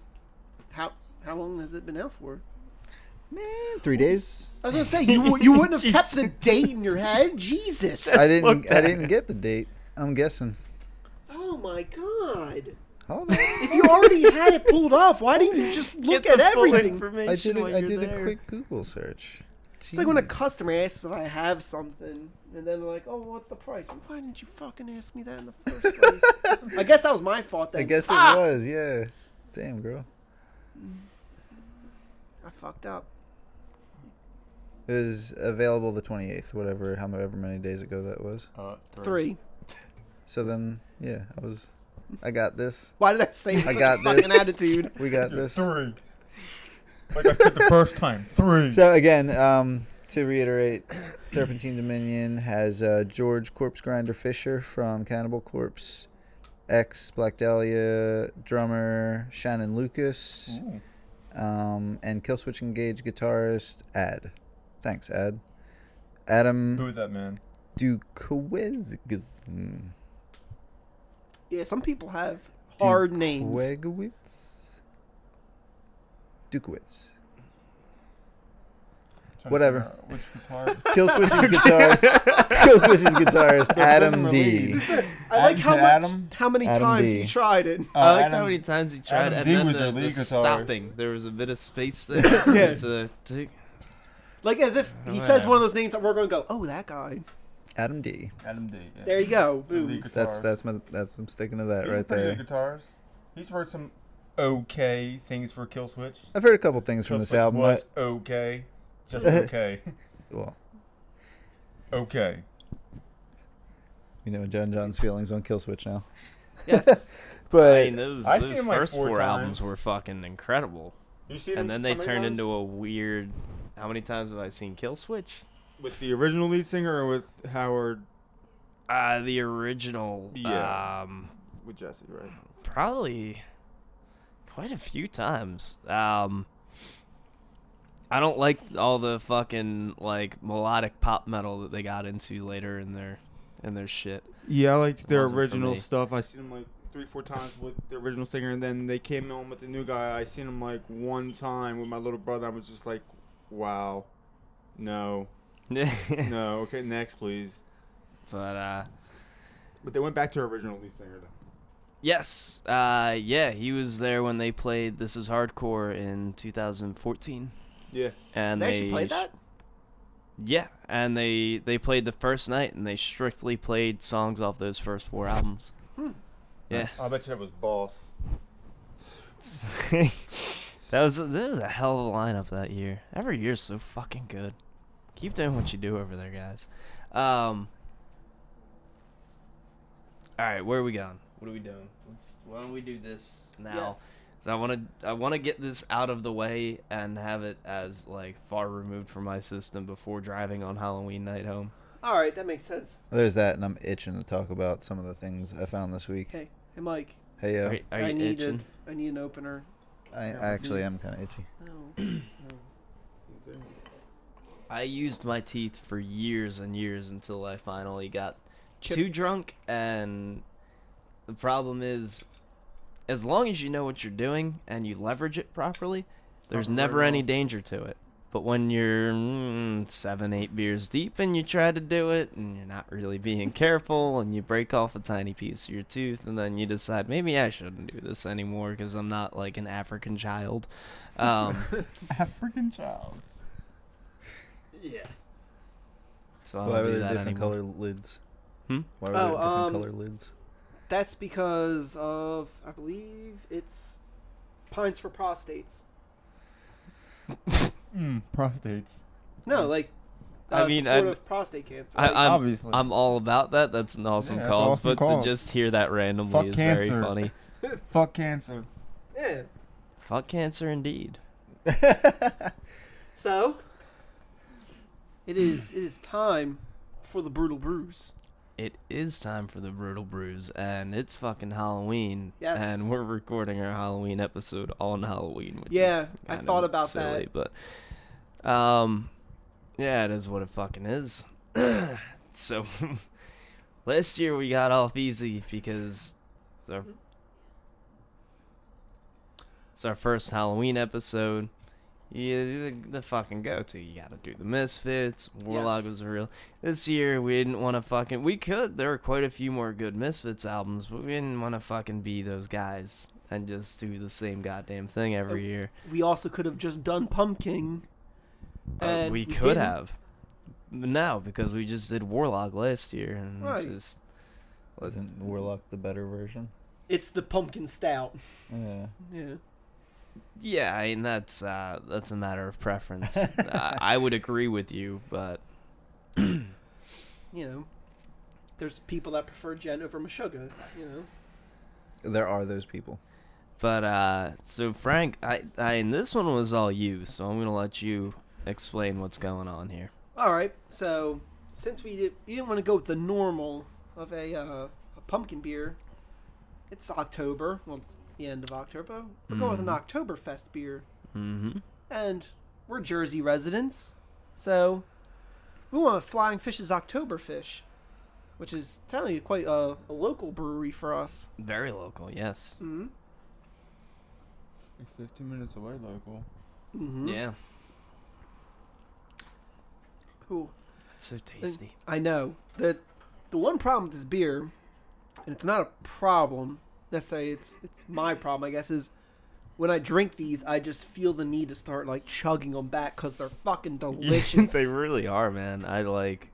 Speaker 5: how how long has it been out for?
Speaker 4: Man, three days.
Speaker 5: I was gonna say you wou-
Speaker 4: [LAUGHS]
Speaker 5: you wouldn't have kept the date in your head, Jesus!
Speaker 4: I didn't.
Speaker 3: looked
Speaker 4: I
Speaker 3: at
Speaker 4: didn't
Speaker 3: it.
Speaker 4: get the date. I'm guessing.
Speaker 5: Oh my God!
Speaker 4: Hold on.
Speaker 5: If you already had it pulled off, why didn't you just look
Speaker 3: Get
Speaker 5: at
Speaker 3: the full [LAUGHS]
Speaker 5: everything?
Speaker 3: information
Speaker 4: I did. A,
Speaker 3: while
Speaker 4: I
Speaker 3: you're
Speaker 4: did a
Speaker 3: there.
Speaker 4: quick Google search.
Speaker 5: It's like
Speaker 4: [LAUGHS]
Speaker 5: when a customer asks if I have something, and then they're like, "Oh, what's the price?" Why didn't you fucking ask me that in the first place? I guess that was my fault. Then
Speaker 4: I guess it
Speaker 5: Fuck!
Speaker 4: was. Yeah. Damn, girl.
Speaker 5: I fucked up.
Speaker 4: It was available the 28th, whatever, however many days ago that was.
Speaker 6: Uh,
Speaker 5: Three.
Speaker 4: So then, yeah, I was. I got this.
Speaker 5: Why did I say
Speaker 4: I
Speaker 5: I
Speaker 4: got
Speaker 5: got a
Speaker 4: this.
Speaker 5: fucking attitude?
Speaker 4: We got
Speaker 6: Yeah,
Speaker 4: this.
Speaker 6: Three. Like I said the first time. Three.
Speaker 4: So again, um, to reiterate, Serpentine Dominion has uh, George Corpse Grinder Fisher from Cannibal Corpse, ex Black Dahlia drummer Shannon Lucas,
Speaker 6: Ooh.
Speaker 4: um, and Killswitch Engage guitarist Ad. Thanks, Ad. Adam
Speaker 6: Boo that man.
Speaker 4: Dukowicz.
Speaker 5: Yeah, some people have hard names.
Speaker 4: Dukowicz. Dukowicz.
Speaker 6: Trying to
Speaker 4: Whatever.
Speaker 6: figure out Which
Speaker 5: [LAUGHS]
Speaker 6: guitar? [LAUGHS]
Speaker 4: Killswitch's guitarist. Killswitch's guitarist Adam
Speaker 6: rhythm
Speaker 4: D.
Speaker 6: release.
Speaker 5: I like
Speaker 6: Adam
Speaker 5: how
Speaker 6: to
Speaker 5: much,
Speaker 6: Adam?
Speaker 5: how many
Speaker 4: Adam
Speaker 5: times
Speaker 4: D.
Speaker 5: he tried it.
Speaker 6: Uh,
Speaker 3: Oh, I liked how
Speaker 6: Adam-
Speaker 3: many times he tried,
Speaker 6: Adam
Speaker 3: and
Speaker 6: D
Speaker 3: then
Speaker 6: was
Speaker 3: the,
Speaker 6: their
Speaker 3: the
Speaker 6: lead guitarist.
Speaker 3: stopping. There was a bit of space
Speaker 6: [LAUGHS]
Speaker 3: there. It was, uh, t-
Speaker 5: Like as if he
Speaker 3: Oh,
Speaker 5: says
Speaker 3: yeah.
Speaker 5: one of those names that we're going to go, oh, that guy.
Speaker 4: Adam D.
Speaker 6: Adam D. Yeah.
Speaker 5: There you go.
Speaker 6: The
Speaker 5: Boom.
Speaker 6: lead guitarist.
Speaker 4: That's that's my that's I'm sticking to that
Speaker 6: He's a
Speaker 4: right
Speaker 6: pretty
Speaker 4: there.
Speaker 6: good guitarist. He's wrote some okay things for Killswitch.
Speaker 4: I've heard a couple things from this
Speaker 6: Killswitch
Speaker 4: album.
Speaker 6: was okay,
Speaker 4: [LAUGHS]
Speaker 6: just okay,
Speaker 4: I- well,
Speaker 3: [LAUGHS]
Speaker 6: okay.
Speaker 4: you know John John's feelings on Killswitch now,
Speaker 3: [LAUGHS]
Speaker 5: Yes.
Speaker 3: I
Speaker 4: but
Speaker 3: mean, those,
Speaker 6: I've
Speaker 3: those
Speaker 6: seen him, like,
Speaker 3: first
Speaker 6: four
Speaker 3: four, albums
Speaker 6: times.
Speaker 3: were fucking incredible,
Speaker 6: You see
Speaker 3: and then they turned into a weird. How many times have I seen Kill Switch?
Speaker 6: with the original lead singer or with Howard
Speaker 3: Uh, the original.
Speaker 6: Yeah.
Speaker 3: Um,
Speaker 6: with Jesse, right?
Speaker 3: probably quite a few times. Um, I don't like all the fucking like melodic pop metal that they got into later in their in their shit. [LAUGHS]
Speaker 6: Yeah, I liked their
Speaker 3: Wasn't for
Speaker 6: original
Speaker 3: me.
Speaker 6: stuff. I seen him like three, four times with the original singer, and then they came on with the new guy. I seen him like one time with my little brother. I was just like, wow,
Speaker 3: [LAUGHS]
Speaker 6: no, no, okay, next please.
Speaker 3: but uh,
Speaker 6: But they went back to her original lead singer though.
Speaker 3: yes, uh, yeah, he was there when they played "This Is Hardcore" in 2014,
Speaker 6: Yeah,
Speaker 3: and
Speaker 5: They actually played
Speaker 3: sh-
Speaker 5: that.
Speaker 3: Yeah, and they they played the first night, and they strictly played songs off those first four albums.
Speaker 5: Hmm.
Speaker 3: Yes.
Speaker 6: I bet you that was Boss.
Speaker 3: [LAUGHS] that was that was a hell of a lineup that year. Every year's so fucking good. Keep doing what you do over there, guys. Um. All right, where are we going? What are we doing? Let's. Why don't we do this now? So I want to I want to get this out of the way and have it as like far removed from my system before driving on Halloween night home.
Speaker 5: All right, that makes sense.
Speaker 4: There's that, and I'm itching to talk about some of the things I found this week.
Speaker 5: Hey, hey, Mike.
Speaker 4: Hey, yo.
Speaker 3: Are, are
Speaker 5: I
Speaker 3: you
Speaker 5: need
Speaker 3: itching?
Speaker 5: A, I need an opener.
Speaker 4: I actually am kind of itchy.
Speaker 5: No.
Speaker 3: I used my teeth for years and years until I finally got too drunk. And the problem is, as long as you know what you're doing and you leverage it properly, there's
Speaker 6: Proper
Speaker 3: never
Speaker 6: right
Speaker 3: any
Speaker 6: off.
Speaker 3: danger to it. But when you're mm, seven, eight beers deep and you try to do it and you're not really being careful and you break off a tiny piece of your tooth and then you decide maybe I shouldn't do this anymore because I'm not like an African child.
Speaker 4: [LAUGHS]
Speaker 3: Um,
Speaker 6: African child.
Speaker 3: yeah. So I don't
Speaker 4: Why were
Speaker 3: do
Speaker 4: there
Speaker 3: that
Speaker 4: different
Speaker 3: anymore.
Speaker 4: color lids?
Speaker 3: Hmm?
Speaker 4: Why were
Speaker 5: Oh,
Speaker 4: there different
Speaker 5: um,
Speaker 4: color lids?
Speaker 5: That's because of I believe it's pines for prostates.
Speaker 6: Mm, prostates.
Speaker 5: No,
Speaker 6: Nice.
Speaker 5: like
Speaker 3: I
Speaker 5: uh,
Speaker 3: mean,
Speaker 5: support
Speaker 3: I'm-
Speaker 5: of prostate cancer.
Speaker 3: I,
Speaker 5: Like,
Speaker 3: I'm,
Speaker 6: obviously.
Speaker 3: I'm all about that. That's an awesome
Speaker 6: that's
Speaker 3: cause,
Speaker 6: awesome
Speaker 3: but
Speaker 6: cause.
Speaker 3: to just hear that randomly
Speaker 6: Fuck
Speaker 3: is
Speaker 6: cancer.
Speaker 3: very
Speaker 6: [LAUGHS]
Speaker 3: funny.
Speaker 6: Fuck cancer.
Speaker 5: yeah.
Speaker 3: Fuck cancer, indeed.
Speaker 5: So it is. It is time for the brutal bruise.
Speaker 3: It is time for the brutal brews, and it's fucking Halloween.
Speaker 5: Yes.
Speaker 3: And we're recording our Halloween episode on Halloween. Which
Speaker 5: Yeah,
Speaker 3: is
Speaker 5: I
Speaker 3: kind
Speaker 5: thought
Speaker 3: of
Speaker 5: about
Speaker 3: silly, But, um, yeah, it is what it fucking is. [CLEARS THROAT] so, [LAUGHS] last year we got off easy because it's our, it's our first Halloween episode. Yeah, the, the fucking go to. You gotta do the Misfits. Warlock
Speaker 5: Yes.
Speaker 3: was real. This year we didn't want to fucking. We could. There were quite a few more good Misfits albums, but we didn't want to fucking be those guys and just do the same goddamn thing every
Speaker 5: Oh,
Speaker 3: year.
Speaker 5: We also could have just done pumpkin.
Speaker 3: Uh,
Speaker 5: and
Speaker 3: we could
Speaker 5: didn't.
Speaker 3: have. But No, because we just did Warlock last year and
Speaker 5: Right.
Speaker 3: just
Speaker 4: Wasn't Warlock the better version?
Speaker 5: It's the pumpkin stout.
Speaker 4: Yeah.
Speaker 5: Yeah.
Speaker 3: yeah. I mean that's uh, that's a matter of [LAUGHS] preference. I, I would agree with you, but
Speaker 5: You know, there's people that prefer Jen over Meshuggah. You know.
Speaker 4: There are those people.
Speaker 3: But uh so Frank, I I and this one was all you, so I'm gonna let you explain what's going on here.
Speaker 5: All right. So since we did, you didn't want to go with the normal of a, uh, a pumpkin beer, it's October. Well, it's the end of October. We're going with an Oktoberfest beer,
Speaker 3: Mm-hmm.
Speaker 5: and we're Jersey residents, so we want Flying Fish's Oktoberfish, which is technically quite a, a local brewery for us.
Speaker 3: Very local, yes.
Speaker 5: Mm-hmm.
Speaker 6: You're 15 minutes away, local.
Speaker 5: mm-hmm.
Speaker 3: Yeah.
Speaker 5: Cool.
Speaker 3: It's so
Speaker 5: And [LAUGHS]
Speaker 3: tasty.
Speaker 5: I know that the one problem with this beer, and it's not a problem necessarily. It's it's my problem, I guess, is when I drink these, I just feel the need to start like chugging them back because they're
Speaker 3: [LAUGHS]
Speaker 5: fucking delicious.
Speaker 3: they really are, man. I like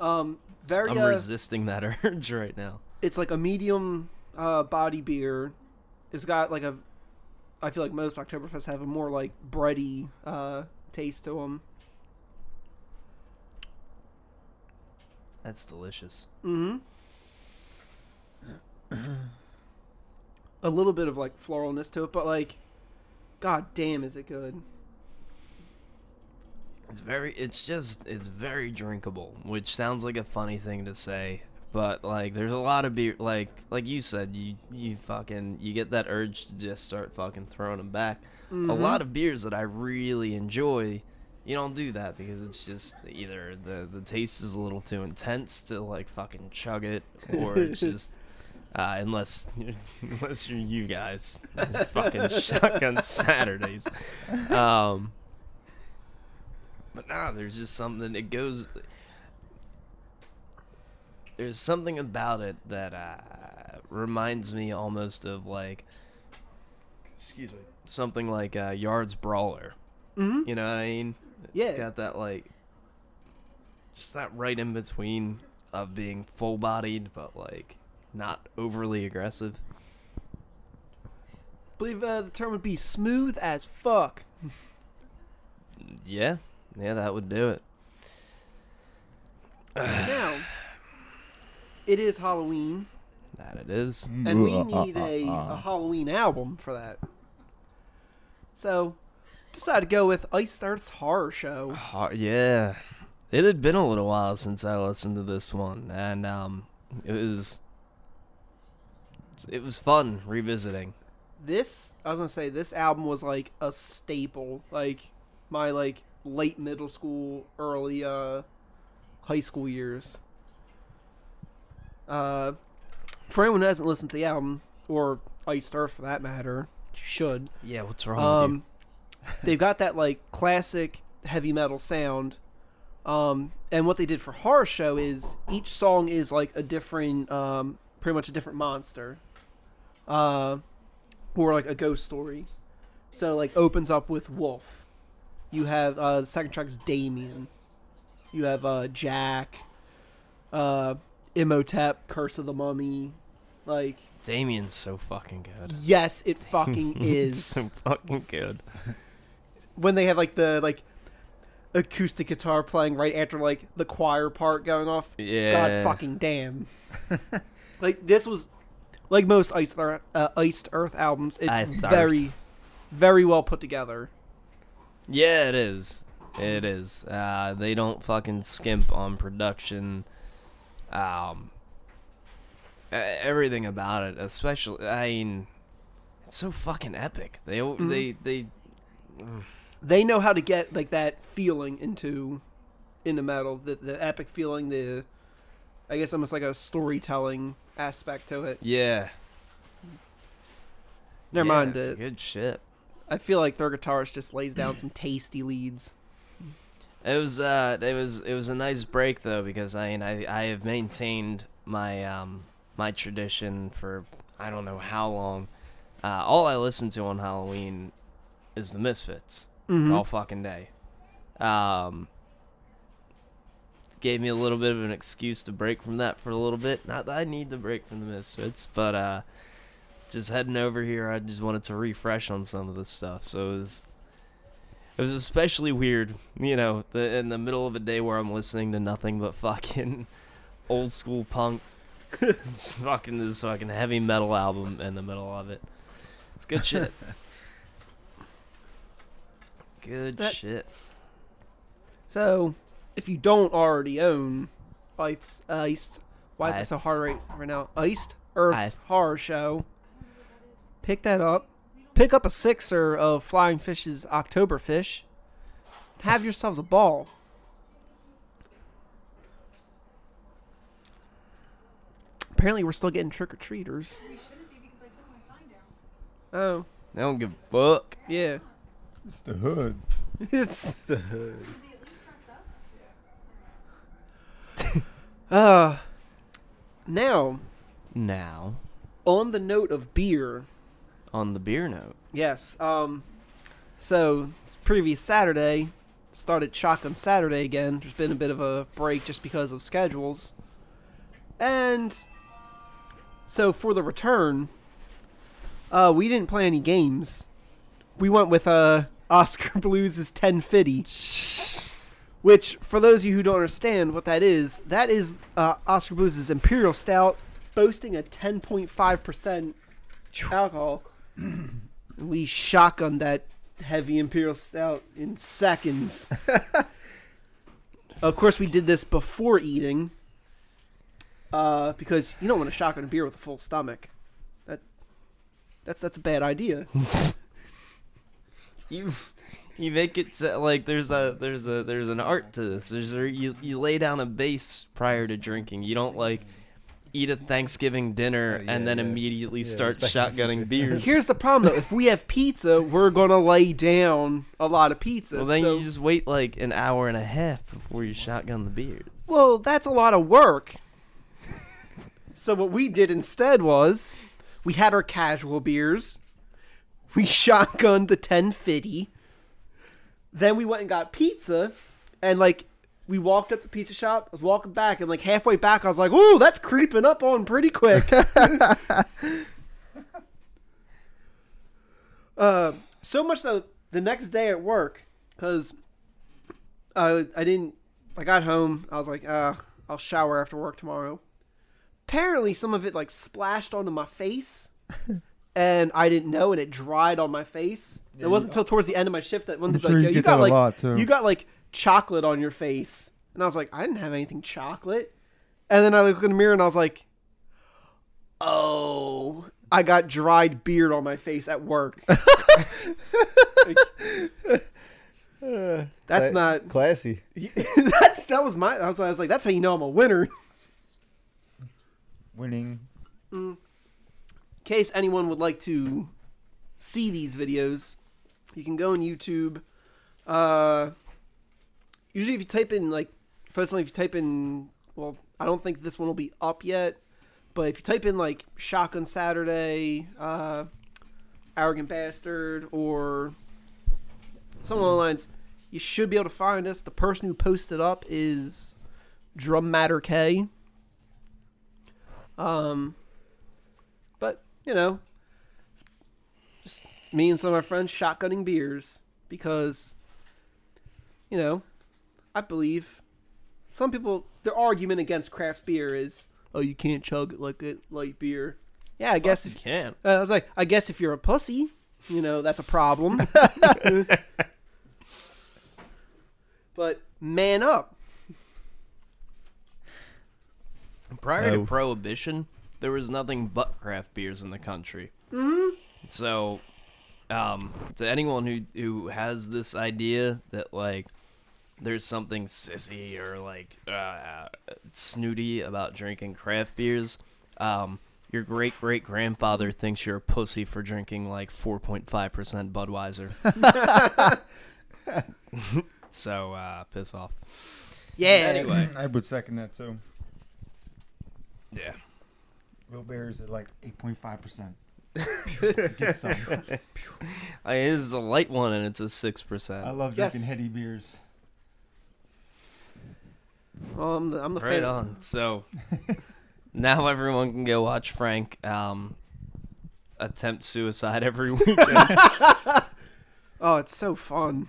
Speaker 5: um, very.
Speaker 3: I'm
Speaker 5: Uh,
Speaker 3: resisting that [LAUGHS] urge right now.
Speaker 5: it's like a medium uh, body beer. It's got like a. I feel like most Oktoberfests have a more like bready uh, taste to them.
Speaker 3: That's delicious.
Speaker 5: Mm-hmm. [CLEARS THROAT] a little bit of like floralness to it, but like, god damn, is it good?
Speaker 3: It's very it's just it's very drinkable, which sounds like a funny thing to say. But like there's a lot of beer like like you said, you you fucking you get that urge to just start fucking throwing them back. A lot of beers that I really enjoy, you don't do that because it's just either the the taste is a little too intense to like fucking chug it or it's just Uh, unless, [LAUGHS] unless you're you guys, [LAUGHS] fucking shotgun Saturdays. Um, but nah, there's just something it goes. There's something about it that uh, reminds me almost of like, excuse me, something like uh, Yards Brawler.
Speaker 5: Mhm.
Speaker 3: You know what I mean?
Speaker 5: Yeah.
Speaker 3: It's got that like, just that right in between of being full bodied but like not overly aggressive.
Speaker 5: believe uh, the term would be smooth as fuck.
Speaker 3: Yeah, yeah, that would do it.
Speaker 5: now, it is Halloween,
Speaker 3: That it is.
Speaker 5: and we need a, a Halloween album for that. So, decided to go with Ice Earth's Horror Show.
Speaker 3: Har- yeah, it had been a little while since I listened to this one, and um, it was it was fun revisiting.
Speaker 5: This, I was gonna say, this album was like a staple, like my like late middle school, early uh, high school years. Uh, for anyone who hasn't listened to the album or Ice Earth for that matter, you should.
Speaker 3: Yeah, what's wrong
Speaker 5: Um, they've got that like classic heavy metal sound. Um, and what they did for horror show is each song is like a different, um, pretty much a different monster, uh, or like a ghost story. So like opens up with Wolf. You have uh, the second track is Damien. You have uh, Jack, uh, Imhotep, Curse of the Mummy. Like
Speaker 3: Damien's so fucking good. [LAUGHS]
Speaker 5: yes, it fucking is
Speaker 3: so fucking good.
Speaker 5: when they have like the like acoustic guitar playing right after like the choir part going off.
Speaker 3: Yeah.
Speaker 5: God
Speaker 3: [LAUGHS]
Speaker 5: fucking damn. like this was like most Iced Earth, uh, Iced Earth albums, it's
Speaker 3: Iced Earth.
Speaker 5: very very well put together.
Speaker 3: Yeah, it is. It is. Uh, they don't fucking skimp on production. Um, e- everything about it, especially. I mean, it's so fucking epic. They al- they they
Speaker 5: They know how to get like that feeling into into metal, the the epic feeling, the I guess almost like a storytelling aspect to it.
Speaker 3: yeah.
Speaker 5: Never
Speaker 3: yeah,
Speaker 5: mind
Speaker 3: it's
Speaker 5: it.
Speaker 3: Good shit.
Speaker 5: I feel like their guitarist just
Speaker 3: [CLEARS THROAT]
Speaker 5: lays down some tasty leads.
Speaker 3: It was uh it was it was a nice break though because I mean I I have maintained my um my tradition for I don't know how long. Uh, all I listen to on Halloween is the Misfits
Speaker 5: Mm-hmm.
Speaker 3: all fucking day. Um gave me a little bit of an excuse to break from that for a little bit. Not that I need to break from the Misfits, but uh just heading over here I just wanted to refresh on some of this stuff. So it was it was especially weird, you know, the, in the middle of a day where I'm listening to nothing but fucking [LAUGHS] old school punk, It's fucking this fucking heavy metal album in the middle of it. It's good shit. good
Speaker 5: That-
Speaker 3: shit.
Speaker 5: So, if you don't already own Iced, Iced why is it so
Speaker 3: Iced.
Speaker 5: hard right, right now? Iced Earth's
Speaker 3: Iced.
Speaker 5: Horror Show, pick that up. Pick up a sixer of Flying Fish's Octoberfish. Have yourselves a ball. Apparently, we're still getting trick or treaters. Oh,
Speaker 3: I don't give a fuck.
Speaker 5: yeah.
Speaker 7: It's the hood.
Speaker 5: It's.
Speaker 4: The hood.
Speaker 5: [LAUGHS] Uh, now,
Speaker 3: Now,
Speaker 5: on the note of beer.
Speaker 3: on the beer note.
Speaker 5: Yes. Um. So it's previous Saturday started Shotgun Saturday again. There's been a bit of a break just because of schedules, and so for the return, uh, we didn't play any games. We went with uh Oscar [LAUGHS] Blues' Ten Fitty. Which, for those of you who don't understand what that is, that is uh, Oscar Blues' Imperial Stout, boasting a 10.5% alcohol we shotgunned that heavy imperial stout in seconds. of course, we did this before eating, uh, because you don't want to shotgun a beer with a full stomach. That that's that's a bad idea.
Speaker 3: [LAUGHS] you you make it so, like there's a there's a there's an art to this. There's a, you you lay down a base prior to drinking. You don't like eat a Thanksgiving dinner
Speaker 4: Oh, yeah,
Speaker 3: and then
Speaker 4: yeah.
Speaker 3: immediately
Speaker 4: Yeah,
Speaker 3: start
Speaker 4: it's Back to the Future. [LAUGHS]
Speaker 3: shotgunning beers.
Speaker 5: Here's the problem though. If we have pizza, we're gonna lay down a lot of pizza.
Speaker 3: well, then
Speaker 5: so-
Speaker 3: you just wait like an hour and a half before you shotgun the beers.
Speaker 5: well, that's a lot of work. so what we did instead was, we had our casual beers, we [LAUGHS] shotgunned the ten fifty, then we went and got pizza, and like. We walked up the pizza shop. I was walking back, and like halfway back, I was like, "Ooh, that's creeping up on pretty quick." Uh, so much so the next day at work, because I I didn't I got home. I was like, uh, I'll shower after work tomorrow. Apparently, some of it like splashed onto my
Speaker 6: [LAUGHS]
Speaker 5: face, and I didn't know, and it dried on my face. it wasn't until towards the end of my shift that one dude's
Speaker 6: sure
Speaker 5: like,
Speaker 6: you
Speaker 5: Yo, you
Speaker 6: get
Speaker 5: got
Speaker 6: that a
Speaker 5: like
Speaker 6: lot, too."
Speaker 5: you got like chocolate on your face, and I was like, I didn't have anything chocolate. And then I looked in the mirror and I was like, oh, I got dried beard on my face at work. that's not. [LAUGHS]
Speaker 4: classy.
Speaker 5: That's that was my. I was, I was like, that's how you know I'm a winner.
Speaker 6: Winning.
Speaker 5: In case anyone would like to see these videos, you can go on YouTube. Uh, usually, if you type in like, first one, if you type in, well, I don't think this one will be up yet, but if you type in like Shotgun Saturday, uh, Arrogant Bastard, or something along the lines, you should be able to find us. The person who posted up is Drum Matter K. Um, but you know, just me and some of my friends shotgunning beers because, you know, I believe some people their argument against craft beer is, oh, you can't chug it like a light beer. Yeah, I guess
Speaker 3: You
Speaker 5: if,
Speaker 3: can.
Speaker 5: uh, I was like, I guess if you're a pussy, you know, that's a problem. but man up.
Speaker 3: Prior
Speaker 6: Oh.
Speaker 3: to Prohibition, there was nothing but craft beers in the country. Mm-hmm. So, um, to anyone who who has this idea that like there's something sissy or like uh, snooty about drinking craft beers, um, your great great grandfather thinks you're a pussy for drinking like 4.5 percent
Speaker 6: [LAUGHS]
Speaker 3: Budweiser. [LAUGHS] so uh, piss off.
Speaker 5: Yeah.
Speaker 3: Anyway,
Speaker 6: I would second that too.
Speaker 3: yeah.
Speaker 6: Real bears at like 8.5%.
Speaker 3: I mean, this is a light one and it's a six percent.
Speaker 6: I love
Speaker 5: Yes.
Speaker 6: drinking heady beers.
Speaker 5: Well, I'm the, I'm the
Speaker 3: Right
Speaker 5: fan.
Speaker 3: on. [LAUGHS] So now everyone can go watch Frank um, attempt suicide every [LAUGHS] weekend.
Speaker 5: Oh, it's so fun.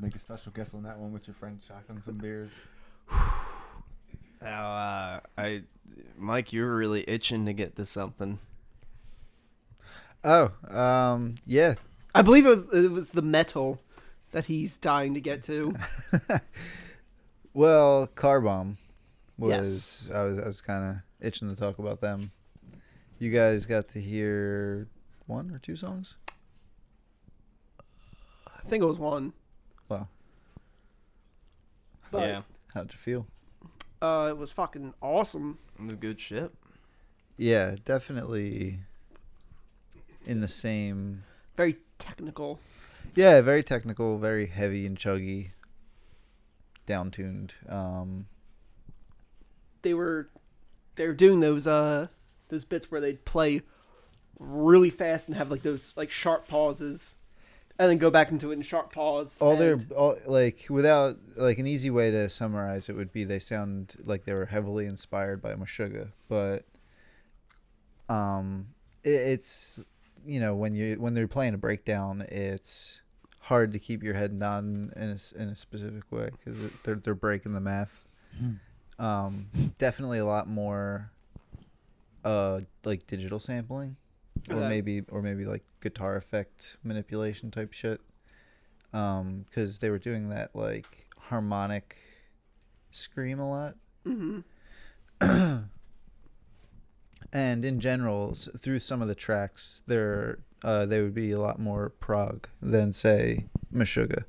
Speaker 6: Make a special guest on that one with your friend shotgun some beers.
Speaker 3: now, uh, I, Mike, you're really itching to get to something.
Speaker 4: Oh, um, yeah.
Speaker 5: I believe it was it was the metal that he's dying to get to.
Speaker 4: Well, Car Bomb was
Speaker 5: Yes.
Speaker 4: I was I was kind of itching to talk about them. You guys got to hear one or two songs.
Speaker 5: I think it was one.
Speaker 4: Wow,
Speaker 5: But,
Speaker 3: yeah,
Speaker 4: how'd you feel?
Speaker 5: Uh, it was fucking awesome.
Speaker 3: it was good shit.
Speaker 4: Yeah, definitely in the same.
Speaker 5: Very technical.
Speaker 4: Yeah, very technical, very heavy and chuggy, down tuned. Um,
Speaker 5: They were they were doing those uh those bits where they'd play really fast and have like those like sharp pauses, and then go back into it in sharp pause.
Speaker 4: all their
Speaker 5: and-
Speaker 4: all, like without like an easy way to summarize it would be they sound like they were heavily inspired by Meshuggah, but um it, it's you know when you when they're playing a breakdown it's hard to keep your head nodding in a, s- in a specific way because they're they're breaking the math. Um, definitely a lot more uh like digital sampling or
Speaker 5: Okay.
Speaker 4: maybe or maybe like guitar effect manipulation type shit um because they were doing that like harmonic scream a lot mm-hmm. [CLEARS THROAT] and in general s- through some of the tracks there uh they would be a lot more prog than say meshuggah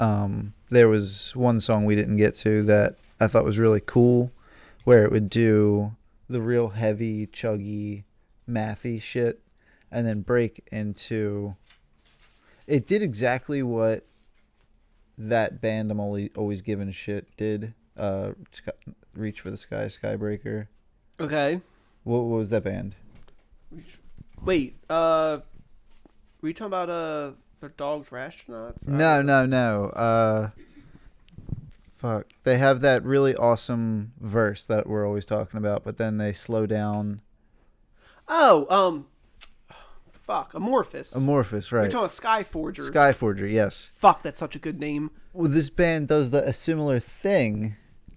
Speaker 4: um there was one song we didn't get to that i thought was really cool where it would do the real heavy, chuggy, mathy shit, and then break into. It did exactly what that band I'm only always given shit did. Uh, Sky- Reach for the Sky, Skybreaker.
Speaker 5: Okay.
Speaker 4: What, what was that band?
Speaker 5: Wait. Uh, were you talking about uh their dogs were astronauts? I
Speaker 4: No,
Speaker 5: don't
Speaker 4: no, no. Uh, fuck. They have that really awesome verse that we're always talking about, but then they slow down.
Speaker 5: Oh, um, fuck, Amorphous.
Speaker 4: Amorphous,
Speaker 5: You're
Speaker 4: right?
Speaker 5: talking about Skyforger.
Speaker 4: Skyforger, yes.
Speaker 5: Fuck, that's such a good name.
Speaker 4: Well, this band does the, a similar thing,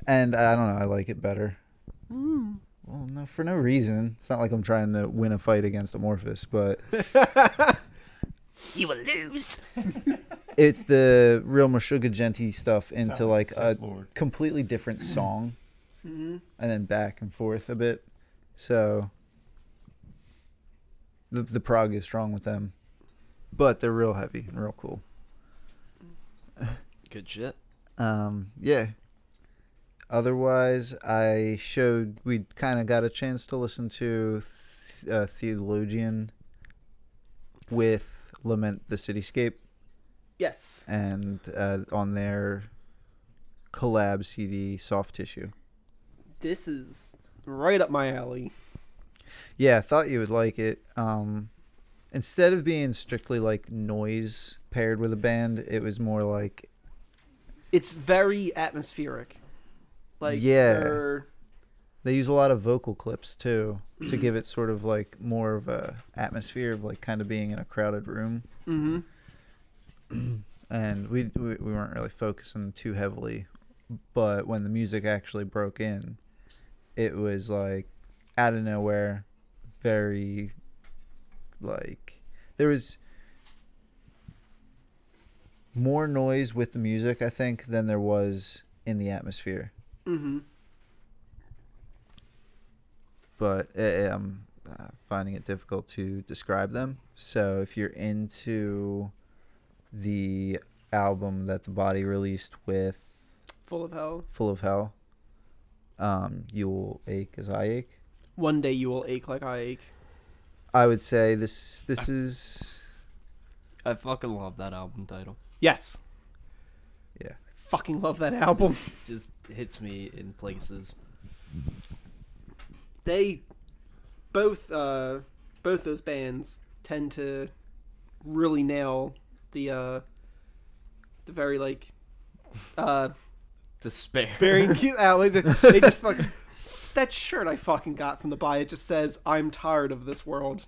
Speaker 4: and I don't know. I like it better. Well, no, for no reason. It's not like I'm trying to win a fight against Amorphous, but
Speaker 5: You will lose.
Speaker 4: it's the real Meshuggah Genti stuff into
Speaker 6: like
Speaker 4: like a
Speaker 6: Seth Lord. Mm-hmm.
Speaker 4: completely different song, and then back and forth a bit. So the the prog is strong with them, but they're real heavy and real cool.
Speaker 3: Good shit.
Speaker 4: Um, yeah. Otherwise, I showed we kind of got a chance to listen to th- uh, Theologian with Lament the Cityscape
Speaker 5: Yes.
Speaker 4: and uh, on their collab CD Soft Tissue.
Speaker 5: This is right up my alley.
Speaker 4: Yeah, I thought you would like it. Um, instead of being strictly like noise paired with a band, it was more like
Speaker 5: It's very atmospheric. Like
Speaker 4: Yeah.
Speaker 5: they're-
Speaker 4: they use a lot of vocal clips too to give it sort of like more of a atmosphere of like kind of being in a crowded room.
Speaker 5: Mhm.
Speaker 4: [CLEARS THROAT] And we we, we weren't really focusing too heavily, but when the music actually broke in, it was like out of nowhere, very like there was more noise with the music I think than there was in the atmosphere. but I- I'm uh, finding it difficult to describe them. So if you're into the album that the body released with
Speaker 5: full of hell.
Speaker 4: Full of Hell, um, you will ache as I ache.
Speaker 5: One day you will ache like I ache.
Speaker 4: I would say this this is
Speaker 3: I fucking love that album title.
Speaker 5: Yes.
Speaker 4: yeah.
Speaker 5: Fucking love that album.
Speaker 3: Just hits me in places.
Speaker 5: they both uh both those bands tend to really nail the uh the very like uh
Speaker 3: Despair.
Speaker 5: very
Speaker 3: [LAUGHS]
Speaker 5: alley they, they just fucking that shirt I fucking got from the buy it just says I'm tired of this world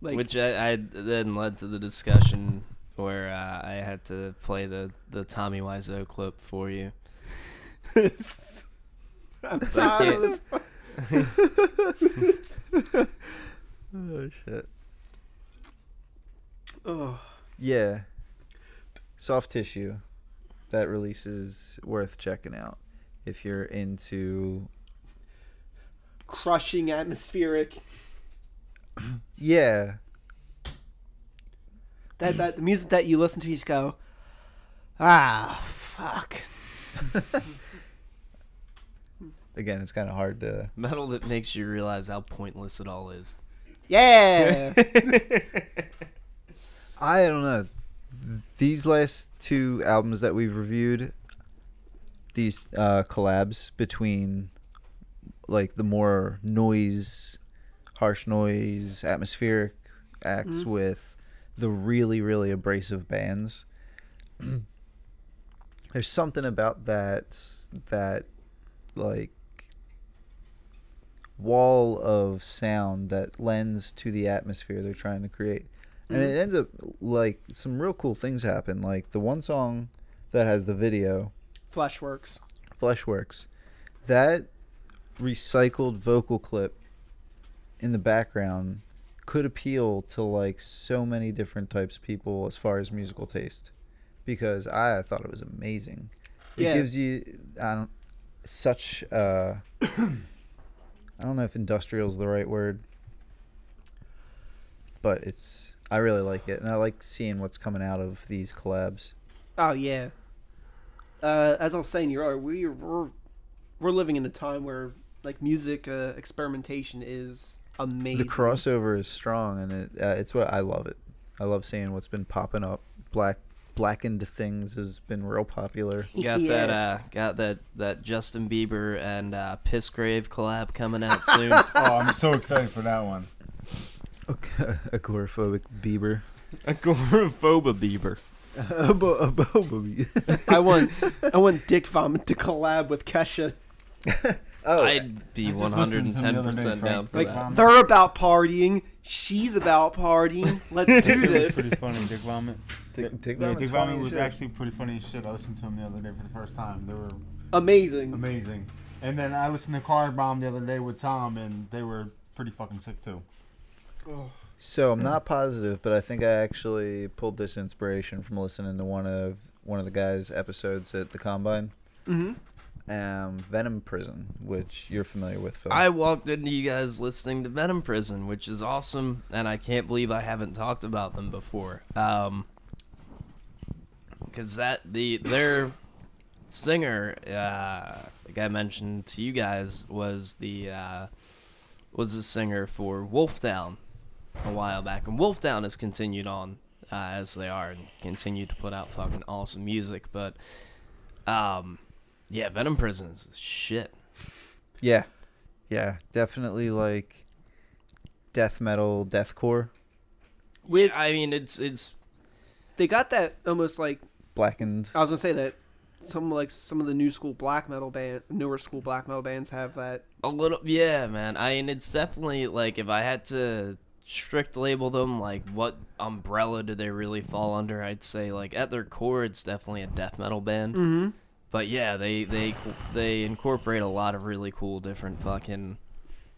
Speaker 5: like
Speaker 3: Which I, I then led to the discussion where uh, I had to play the, the Tommy Wiseau clip for
Speaker 5: [LAUGHS]
Speaker 3: you.
Speaker 5: I'm tired of this
Speaker 4: Oh shit.
Speaker 5: oh,
Speaker 4: Yeah. Soft Tissue. That release is worth checking out if you're into
Speaker 5: crushing atmospheric
Speaker 4: yeah
Speaker 5: that that the music that you listen to you just go ah fuck
Speaker 4: again it's kind of hard to
Speaker 3: Metal that makes you realize how pointless it all is.
Speaker 5: yeah
Speaker 4: I don't know. These last two albums that we've reviewed, these uh, collabs between like the more noise, harsh noise, atmospheric acts with the really, really abrasive bands. [CLEARS THROAT] There's something about that that like wall of sound that lends to the atmosphere they're trying to create. And it ends up like some real cool things happen. Like the one song that has the video,
Speaker 5: flashworks
Speaker 4: Fleshworks, that recycled vocal clip in the background could appeal to like so many different types of people as far as musical taste because I thought it was amazing. It
Speaker 5: Yeah.
Speaker 4: gives you I don't such uh [COUGHS] I don't know if industrial is the right word. But it's I really like it and I like seeing what's coming out of these collabs.
Speaker 5: Oh yeah. Uh, as I was saying, you're right. We were we're living in a time where like music uh, experimentation is amazing.
Speaker 4: The crossover is strong, and it uh, it's what I love it. I love seeing what's been popping up. Black blackened things has been real popular.
Speaker 3: Got that
Speaker 5: [LAUGHS] Yeah.
Speaker 3: uh got that that Justin Bieber and uh Pissgrave collab coming out
Speaker 5: [LAUGHS]
Speaker 3: soon.
Speaker 6: Oh, I'm so excited for that one.
Speaker 4: Okay. [LAUGHS] Agoraphobic Bieber.
Speaker 3: Agoraphobia Bieber.
Speaker 4: [LAUGHS] Abo- abo-
Speaker 5: I want I want Dick Vomit to collab with Kesha.
Speaker 4: oh,
Speaker 3: I'd be
Speaker 6: I just
Speaker 3: one hundred
Speaker 6: listened
Speaker 3: and ten
Speaker 6: to him the other day,
Speaker 3: percent down
Speaker 6: Frank.
Speaker 3: for
Speaker 5: Like
Speaker 3: that.
Speaker 6: Vomit.
Speaker 5: they're about partying, she's about partying.
Speaker 6: [LAUGHS]
Speaker 5: Let's do
Speaker 6: It was
Speaker 5: this.
Speaker 6: pretty funny, Dick Vomit.
Speaker 4: Dick-
Speaker 6: Yeah,
Speaker 4: Dick
Speaker 6: yeah,
Speaker 4: Vomit's funny
Speaker 6: Dick Vomit
Speaker 4: as
Speaker 6: was
Speaker 4: shit.
Speaker 6: actually pretty funny as shit. I listened to him the other day for the first time. They were
Speaker 5: Amazing.
Speaker 6: amazing. And then I listened to Car Bomb the other day with Tom, and they were pretty fucking sick too.
Speaker 4: [LAUGHS] So I'm not positive, but I think I actually pulled this inspiration from listening to one of one of the guys' episodes at the Combine. Mm-hmm. Um, Venom Prison, which you're familiar with, Phil.
Speaker 3: I walked into you guys listening to Venom Prison, which is awesome, and I can't believe I haven't talked about them before. Um, because that the their singer, uh, like I mentioned to you guys, was the uh, was the singer for Wolfdown a while back, and Wolfdown has continued on uh, as they are and continue to put out fucking awesome music, but um, yeah, Venom Prison is shit.
Speaker 4: yeah, yeah, definitely like death metal, deathcore,
Speaker 3: With I mean, it's it's
Speaker 5: They got that almost like
Speaker 4: blackened.
Speaker 5: I was gonna say that some like some of the new school black metal band newer school black metal bands have that
Speaker 3: a little, yeah, man. I mean, it's definitely like if I had to strict label them, like what umbrella do they really fall under? I'd say like at their core, it's definitely a death metal band. Mm-hmm. But yeah, they they they incorporate a lot of really cool different fucking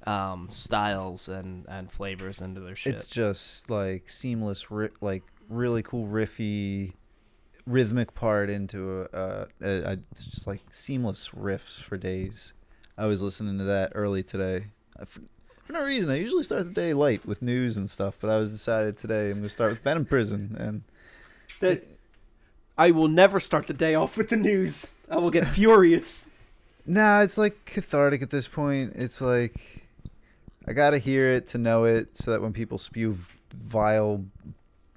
Speaker 3: um, styles and and flavors into their shit.
Speaker 4: It's just like seamless, ri- like really cool riffy, rhythmic part into a, a, a, a just like seamless riffs for days. I was listening to that early today. I, for, for no reason, I usually start the day light with news and stuff, but I was decided today I'm gonna start with Venom Prison, and
Speaker 5: that I will never start the day off with the news. I will get furious.
Speaker 4: nah, it's like cathartic at this point. It's like I gotta hear it to know it, so that when people spew vile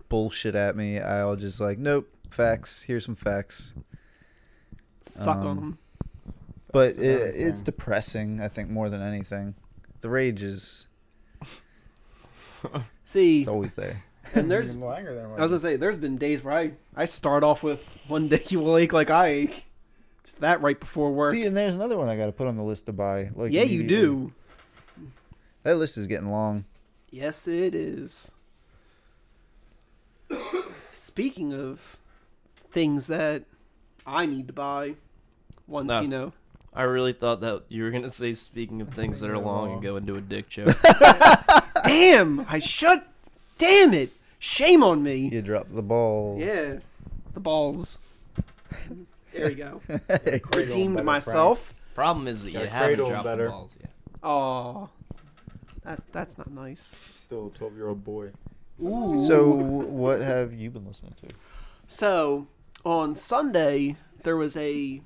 Speaker 4: bullshit at me, I'll just like, nope, facts. Here's some facts.
Speaker 5: Suck on
Speaker 4: Um,
Speaker 5: them.
Speaker 4: but
Speaker 6: That's another
Speaker 4: it, it's
Speaker 6: thing.
Speaker 4: depressing i think more than anything the rage is
Speaker 5: See,
Speaker 4: it's always there
Speaker 5: and
Speaker 4: [LAUGHS]
Speaker 5: there's
Speaker 6: Even longer than what
Speaker 5: I was gonna say there's been days where I I start off with one day you will ache like I ache. It's that right before work.
Speaker 4: see and there's another one i gotta put on the list to buy like
Speaker 5: yeah, you
Speaker 4: immediately.
Speaker 5: do.
Speaker 4: that list is getting long
Speaker 5: Yes, it is. [COUGHS] Speaking of things that I need to buy, once
Speaker 3: No.
Speaker 5: you know,
Speaker 3: I really thought that you were gonna say speaking of things that are long and go into a dick joke.
Speaker 5: damn, I should. Damn it! Shame on me.
Speaker 4: you drop the balls [LAUGHS]
Speaker 5: Yeah, the balls. There you go.
Speaker 6: Cradle 'em
Speaker 5: Redeemed
Speaker 6: better,
Speaker 5: myself.
Speaker 3: Problem is that you
Speaker 6: Gotta
Speaker 3: haven't
Speaker 6: cradle 'em
Speaker 3: dropped the
Speaker 6: better.
Speaker 3: balls yet.
Speaker 5: Oh, that that's not nice.
Speaker 6: Frank. Still a 12 year old boy.
Speaker 5: Ooh.
Speaker 4: so what have you been listening to
Speaker 5: so on Sunday there was a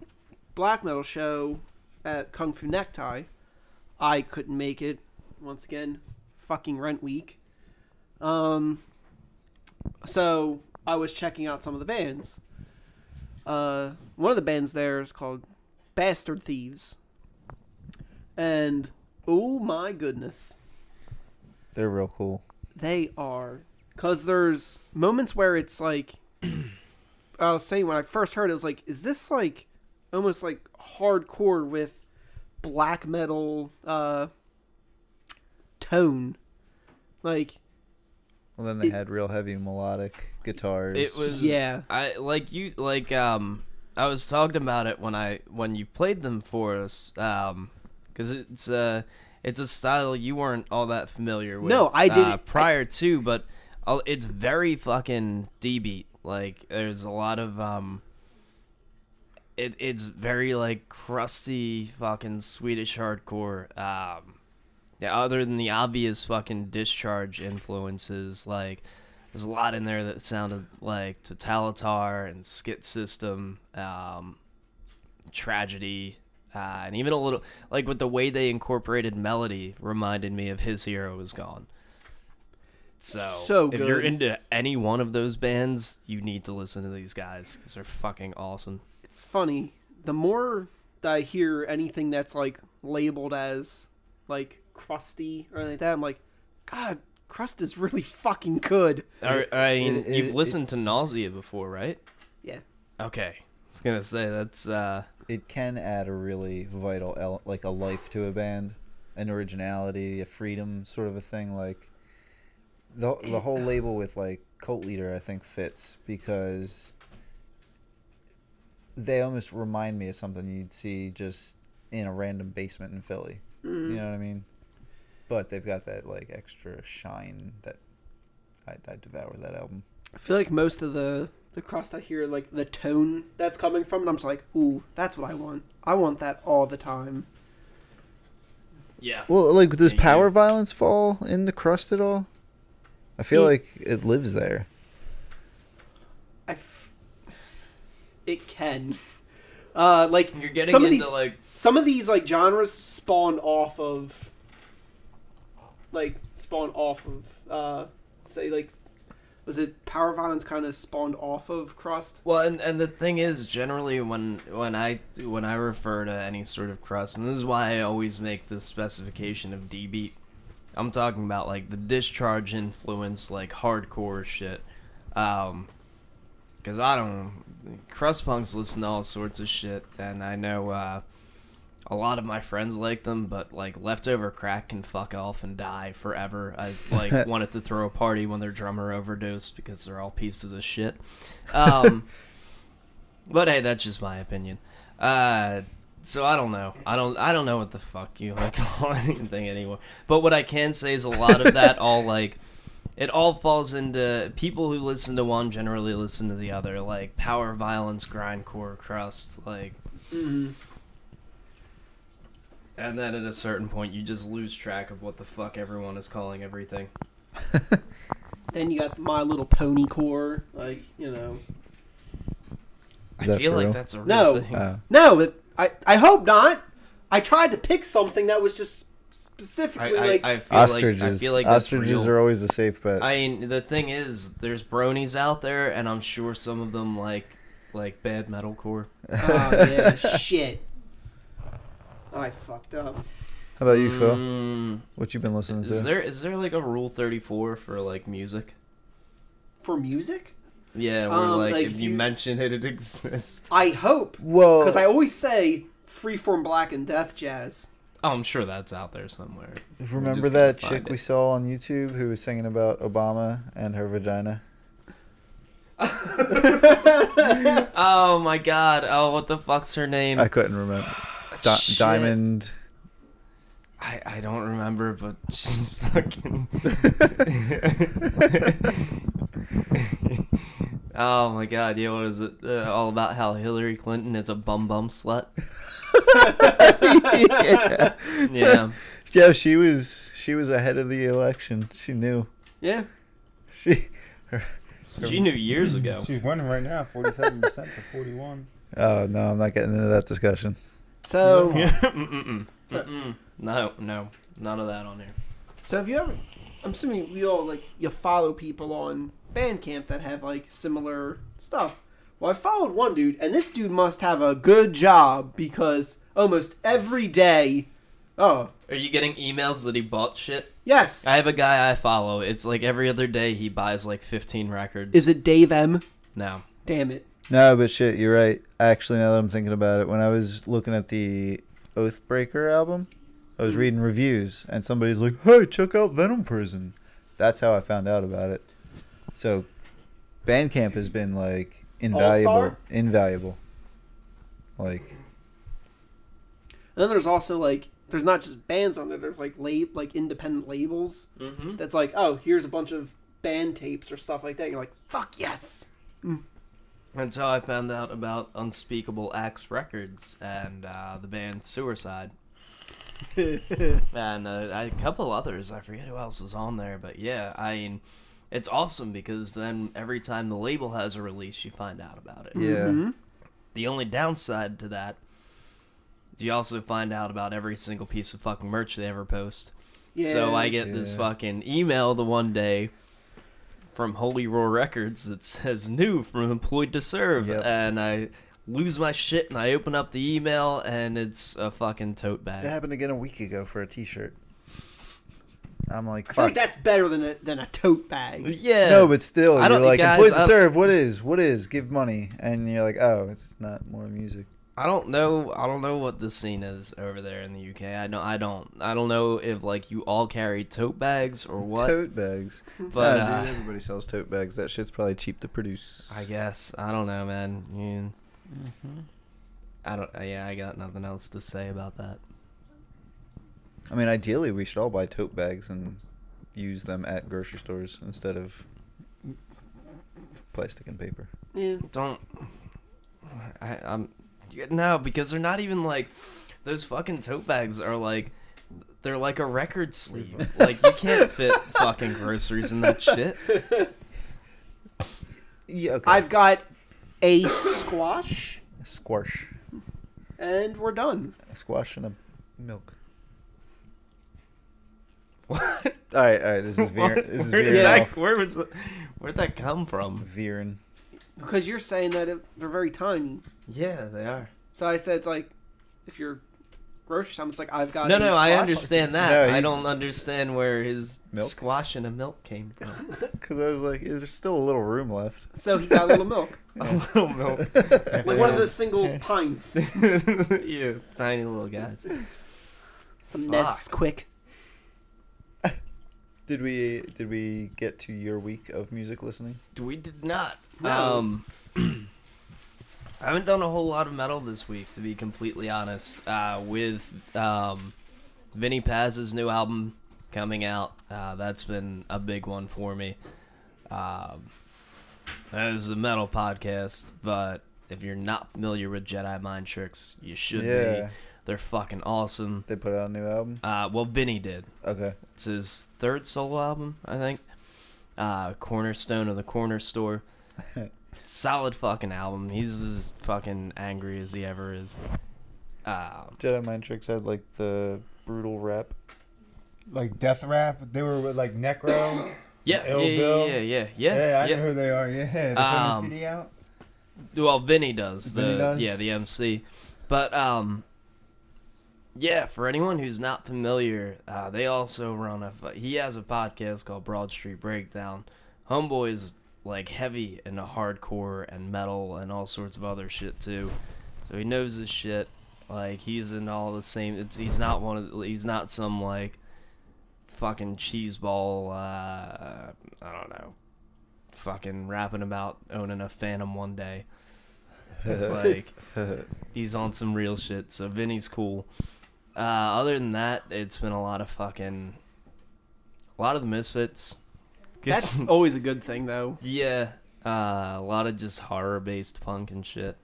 Speaker 5: black metal show at Kung Fu Necktie. I couldn't make it. Once again, fucking rent week. Um. So I was checking out some of the bands. Uh, one of the bands there is called Bastard Thieves. And oh my goodness
Speaker 4: they're real cool
Speaker 5: they are because there's moments where it's like [CLEARS THROAT] i was saying when i first heard it, it was like is this like almost like hardcore with black metal uh tone like
Speaker 4: well then they
Speaker 5: It-
Speaker 4: had real heavy melodic guitars
Speaker 3: It was
Speaker 5: Yeah.
Speaker 3: I like you like um I was talking about it when I when you played them for us um because it's uh it's a style you weren't all that familiar with.
Speaker 5: No, I
Speaker 3: Uh,
Speaker 5: didn't-
Speaker 3: prior to, but uh, it's very fucking D beat. Like there's a lot of um. It, it's very like crusty fucking Swedish hardcore. Um, yeah, other than the obvious fucking discharge influences, like there's a lot in there that sounded like Totalitar and Skit System, um, Tragedy, Ah, and even a little like with the way they incorporated melody reminded me of His Hero Is Gone. So,
Speaker 5: So
Speaker 3: if you're
Speaker 5: good.
Speaker 3: into any one of those bands, you need to listen to these guys because they're fucking awesome.
Speaker 5: It's funny. The more that I hear anything that's like labeled as like crusty or anything like that, I'm like, God, crust is really fucking good.
Speaker 3: I, I mean,
Speaker 4: it-
Speaker 3: you've
Speaker 4: it-
Speaker 3: listened to Nausea before, right?
Speaker 5: Yeah.
Speaker 3: Okay, I was gonna say that's uh,
Speaker 4: It can add a really vital, ele- like a life to a band, an originality, a freedom, sort of a thing. Like the the whole label with like cult leader, I think fits because they almost remind me of something you'd see just in a random basement in Philly.
Speaker 3: Mm.
Speaker 4: You know what I mean? But they've got that like extra shine that I, I devour that album.
Speaker 5: I feel like most of the the crust I hear like the tone that's coming from it, I'm just like, ooh, that's what I want. I want that all the time.
Speaker 3: yeah.
Speaker 4: Well, like, does
Speaker 3: Yeah, you do.
Speaker 4: power violence fall into crust at all? I feel
Speaker 5: It-
Speaker 4: like it lives there.
Speaker 5: I f- it can. Uh, like
Speaker 3: You're getting
Speaker 5: some of
Speaker 3: into
Speaker 5: these,
Speaker 3: like
Speaker 5: some of these like genres spawn off of like spawn off of uh say like was it power violence kind of spawned off of crust
Speaker 3: Well, and, and the thing is, generally when when I when I refer to any sort of crust, and this is why I always make this specification of D beat. I'm talking about like the discharge influence, like hardcore shit. Um, because I don't crust punks listen to all sorts of shit, and I know uh, a lot of my friends like them, but like leftover crack can fuck off and die forever. I like wanted to throw a party when their drummer overdosed because they're all pieces of shit. Um, but hey, that's just my opinion. Uh, so I don't know. I don't. I don't know what the fuck you like [LAUGHS] call anything anymore. But what I can say is a lot of that
Speaker 5: [LAUGHS]
Speaker 3: all like it all falls into people who listen to one generally listen to the other. Like power, violence, grindcore, crust, like. Mm-hmm. And then at a certain point, you just lose track of what the fuck everyone is calling everything.
Speaker 5: then you got my little pony core like you know
Speaker 4: Is that
Speaker 3: I feel
Speaker 4: for
Speaker 3: like
Speaker 4: real?
Speaker 3: that's a real
Speaker 5: No.
Speaker 3: thing.
Speaker 4: Oh.
Speaker 5: no it, i i hope not i tried to pick something that was just specifically
Speaker 3: I,
Speaker 5: like
Speaker 3: I, I feel
Speaker 4: ostriches.
Speaker 3: Like, I feel like that's
Speaker 4: ostriches
Speaker 3: real.
Speaker 4: are always a safe bet. [LAUGHS]
Speaker 3: I mean, the thing is, there's bronies out there, and I'm sure some of them like like bad metalcore. [LAUGHS]
Speaker 5: oh yeah shit i fucked up
Speaker 4: How about you, Phil?
Speaker 3: Mm,
Speaker 4: What you been listening to?
Speaker 3: is there is there like a rule 34 for like music?
Speaker 5: for music
Speaker 3: Yeah, where
Speaker 5: Um,
Speaker 3: like,
Speaker 5: like,
Speaker 3: if
Speaker 5: if
Speaker 3: you,
Speaker 5: you-
Speaker 3: mention it, it exists. [LAUGHS]
Speaker 5: i hope
Speaker 4: Well,
Speaker 5: because i always say freeform black and death jazz
Speaker 3: Oh, I'm sure that's out there somewhere. We
Speaker 4: remember
Speaker 3: just
Speaker 4: that
Speaker 3: gotta find
Speaker 4: chick we
Speaker 3: it.
Speaker 4: saw on YouTube who was singing about Obama and her vagina?
Speaker 3: Oh my god! Oh, what the fuck's her name?
Speaker 4: I couldn't remember. Di-
Speaker 3: Oh, Shit.
Speaker 4: Diamond.
Speaker 3: I, I don't remember, but [LAUGHS] she's fucking. [LAUGHS] oh my god, yeah, what is it? Uh, all about how Hillary Clinton is a bum bum [LAUGHS] slut.
Speaker 4: yeah.
Speaker 3: Yeah.
Speaker 4: Yeah, she was she was ahead of the election. She knew. [LAUGHS]
Speaker 5: yeah
Speaker 4: She
Speaker 3: she knew years ago.
Speaker 6: She's winning right now, forty-seven percent to forty-one.
Speaker 4: Oh, no, I'm not getting into that discussion.
Speaker 5: so
Speaker 3: Mm-mm-mm. [LAUGHS] Mm-mm. No, no, none of that on here.
Speaker 5: So have you ever? I'm assuming we all like you follow people on Bandcamp that have like similar stuff. Well, I followed one dude, and this dude must have a good job because almost every day. Oh
Speaker 3: Are you getting emails that he bought shit?
Speaker 5: yes,
Speaker 3: I have a guy I follow. It's like every other day he buys like 15 records.
Speaker 5: is it Dave M?
Speaker 3: no.
Speaker 5: Damn it!
Speaker 4: No, but shit, you're right. Actually, now that I'm thinking about it, when I was looking at the Oathbreaker album, I
Speaker 5: Hmm.
Speaker 4: was reading reviews, and somebody's like, "Hey, check out Venom Prison." That's how I found out about it. So, Bandcamp has been like invaluable,
Speaker 5: All-star?
Speaker 4: invaluable. Like,
Speaker 5: And then there's also like there's not just bands on there. There's like lab like independent labels.
Speaker 3: Mm-hmm.
Speaker 5: That's like oh here's a bunch of band tapes or stuff like that. You're like fuck yes.
Speaker 3: That's how I found out about Unspeakable Axe Records and uh, the band Suicide. and uh, a couple others. I forget who else is on there, but yeah, I mean, it's awesome because then every time the label has a
Speaker 5: Mm-hmm.
Speaker 3: release, you find out about it.
Speaker 4: yeah,
Speaker 5: Mhm.
Speaker 3: The only downside to that You also find out about every single piece of fucking merch they ever post.
Speaker 5: Yeah.
Speaker 3: So I get this
Speaker 4: Yeah.
Speaker 3: fucking email the one day from Holy Roar Records that says new from employed to serve,
Speaker 4: Yep.
Speaker 3: and I lose my shit and I open up the email and it's a fucking tote bag.
Speaker 4: That happened again a week ago for a T-shirt. I'm like,
Speaker 5: I feel
Speaker 4: fuck.
Speaker 5: like that's better than a than a tote bag.
Speaker 3: Yeah.
Speaker 4: no, but still,
Speaker 3: I
Speaker 4: you're
Speaker 3: don't-
Speaker 4: like
Speaker 3: guys,
Speaker 4: employed to
Speaker 3: I don't-
Speaker 4: serve. What is? What is? Give money, and you're like, oh, it's not more music.
Speaker 3: I don't know. I don't know what the scene is over there in the UK. I know. I don't. I don't know if like you all carry tote bags or what.
Speaker 4: Tote bags.
Speaker 3: but
Speaker 4: Nah,
Speaker 3: uh,
Speaker 4: dude, everybody sells tote bags. That shit's probably cheap to produce.
Speaker 3: I guess I don't know, man. You, Mm-hmm. I don't. uh, Yeah, I got nothing else to say about that.
Speaker 4: I mean, ideally, we should all buy tote bags and use them at grocery stores instead of plastic and paper.
Speaker 5: Yeah.
Speaker 3: Don't. I, I'm. yeah, No, because they're not even like. Those fucking tote bags are like. They're like a record sleeve. [LAUGHS] like you can't fit fucking groceries in that shit.
Speaker 4: Yeah, okay.
Speaker 5: I've got a squash,
Speaker 4: squash,
Speaker 5: and we're done.
Speaker 4: a squash, and a milk. [LAUGHS]
Speaker 3: What?
Speaker 4: All right, all right. This [LAUGHS] is veer.
Speaker 3: What?
Speaker 4: This is
Speaker 3: [LAUGHS] where, did
Speaker 4: veering
Speaker 3: that-
Speaker 4: off.
Speaker 3: where was the- where'd that come from?
Speaker 4: Veering.
Speaker 5: Because you're saying that it, they're very tiny,
Speaker 3: Yeah, they are.
Speaker 5: so I said it's like if you're grocery time, it's like I've got.
Speaker 3: No,
Speaker 5: a
Speaker 3: no, I
Speaker 5: squash.
Speaker 3: understand that.
Speaker 4: No,
Speaker 3: I
Speaker 4: you-
Speaker 3: don't understand where his
Speaker 4: Milk?
Speaker 3: squash and a milk came [LAUGHS] from.
Speaker 4: Because I was like, there's still a little room left.
Speaker 5: So he got a
Speaker 3: [LAUGHS]
Speaker 5: little milk,
Speaker 3: a little milk.
Speaker 5: like one of the single pints.
Speaker 3: [LAUGHS] you tiny little guys.
Speaker 5: Some
Speaker 3: Fuck.
Speaker 5: quick.
Speaker 4: Did we did we get to your week of music listening?
Speaker 3: We did not.
Speaker 5: No.
Speaker 3: Um, [CLEARS THROAT] I haven't done a whole lot of metal this week, to be completely honest. Uh, with um, Vinny Paz's new album coming out, uh, that's been a big one for me. Um, that is a metal podcast, but if you're not familiar with Jedi Mind Tricks, you should
Speaker 4: Yeah.
Speaker 3: be. They're fucking awesome.
Speaker 4: They put out a new album.
Speaker 3: Uh, well, Vinny did.
Speaker 4: Okay.
Speaker 3: It's his third solo album, I think. Uh, Cornerstone of the Corner
Speaker 7: [LAUGHS]
Speaker 3: Store. Solid fucking album. He's as fucking angry as he ever is. Uh,
Speaker 4: Jedi Mind Tricks had like the brutal rap.
Speaker 7: Like death rap. They were with, like Necro.
Speaker 3: yeah, yeah,
Speaker 7: Ill
Speaker 3: yeah,
Speaker 7: Bill?
Speaker 3: yeah, yeah,
Speaker 7: yeah,
Speaker 3: yeah,
Speaker 7: I know who they are. Yeah, they put
Speaker 3: Um,
Speaker 7: a CD out.
Speaker 3: Well, Vinny does. The,
Speaker 7: Vinny does?
Speaker 3: Yeah, the MC. But um, yeah, for anyone who's not familiar, uh, they also run a. f- He has a podcast called Broad Street Breakdown. Homeboy is like heavy into hardcore and metal and all sorts of other shit too. So he knows his shit. Like he's in all the same. It's he's not one of. The, he's not some like fucking cheeseball. Uh, I don't know. Fucking rapping about owning a Phantom one day. like he's on some real shit. So Vinny's cool. Uh, other than that, it's been a lot of fucking, a lot of the misfits. [LAUGHS]
Speaker 5: That's always a good thing, though.
Speaker 3: yeah, uh, a lot of just horror based punk and shit.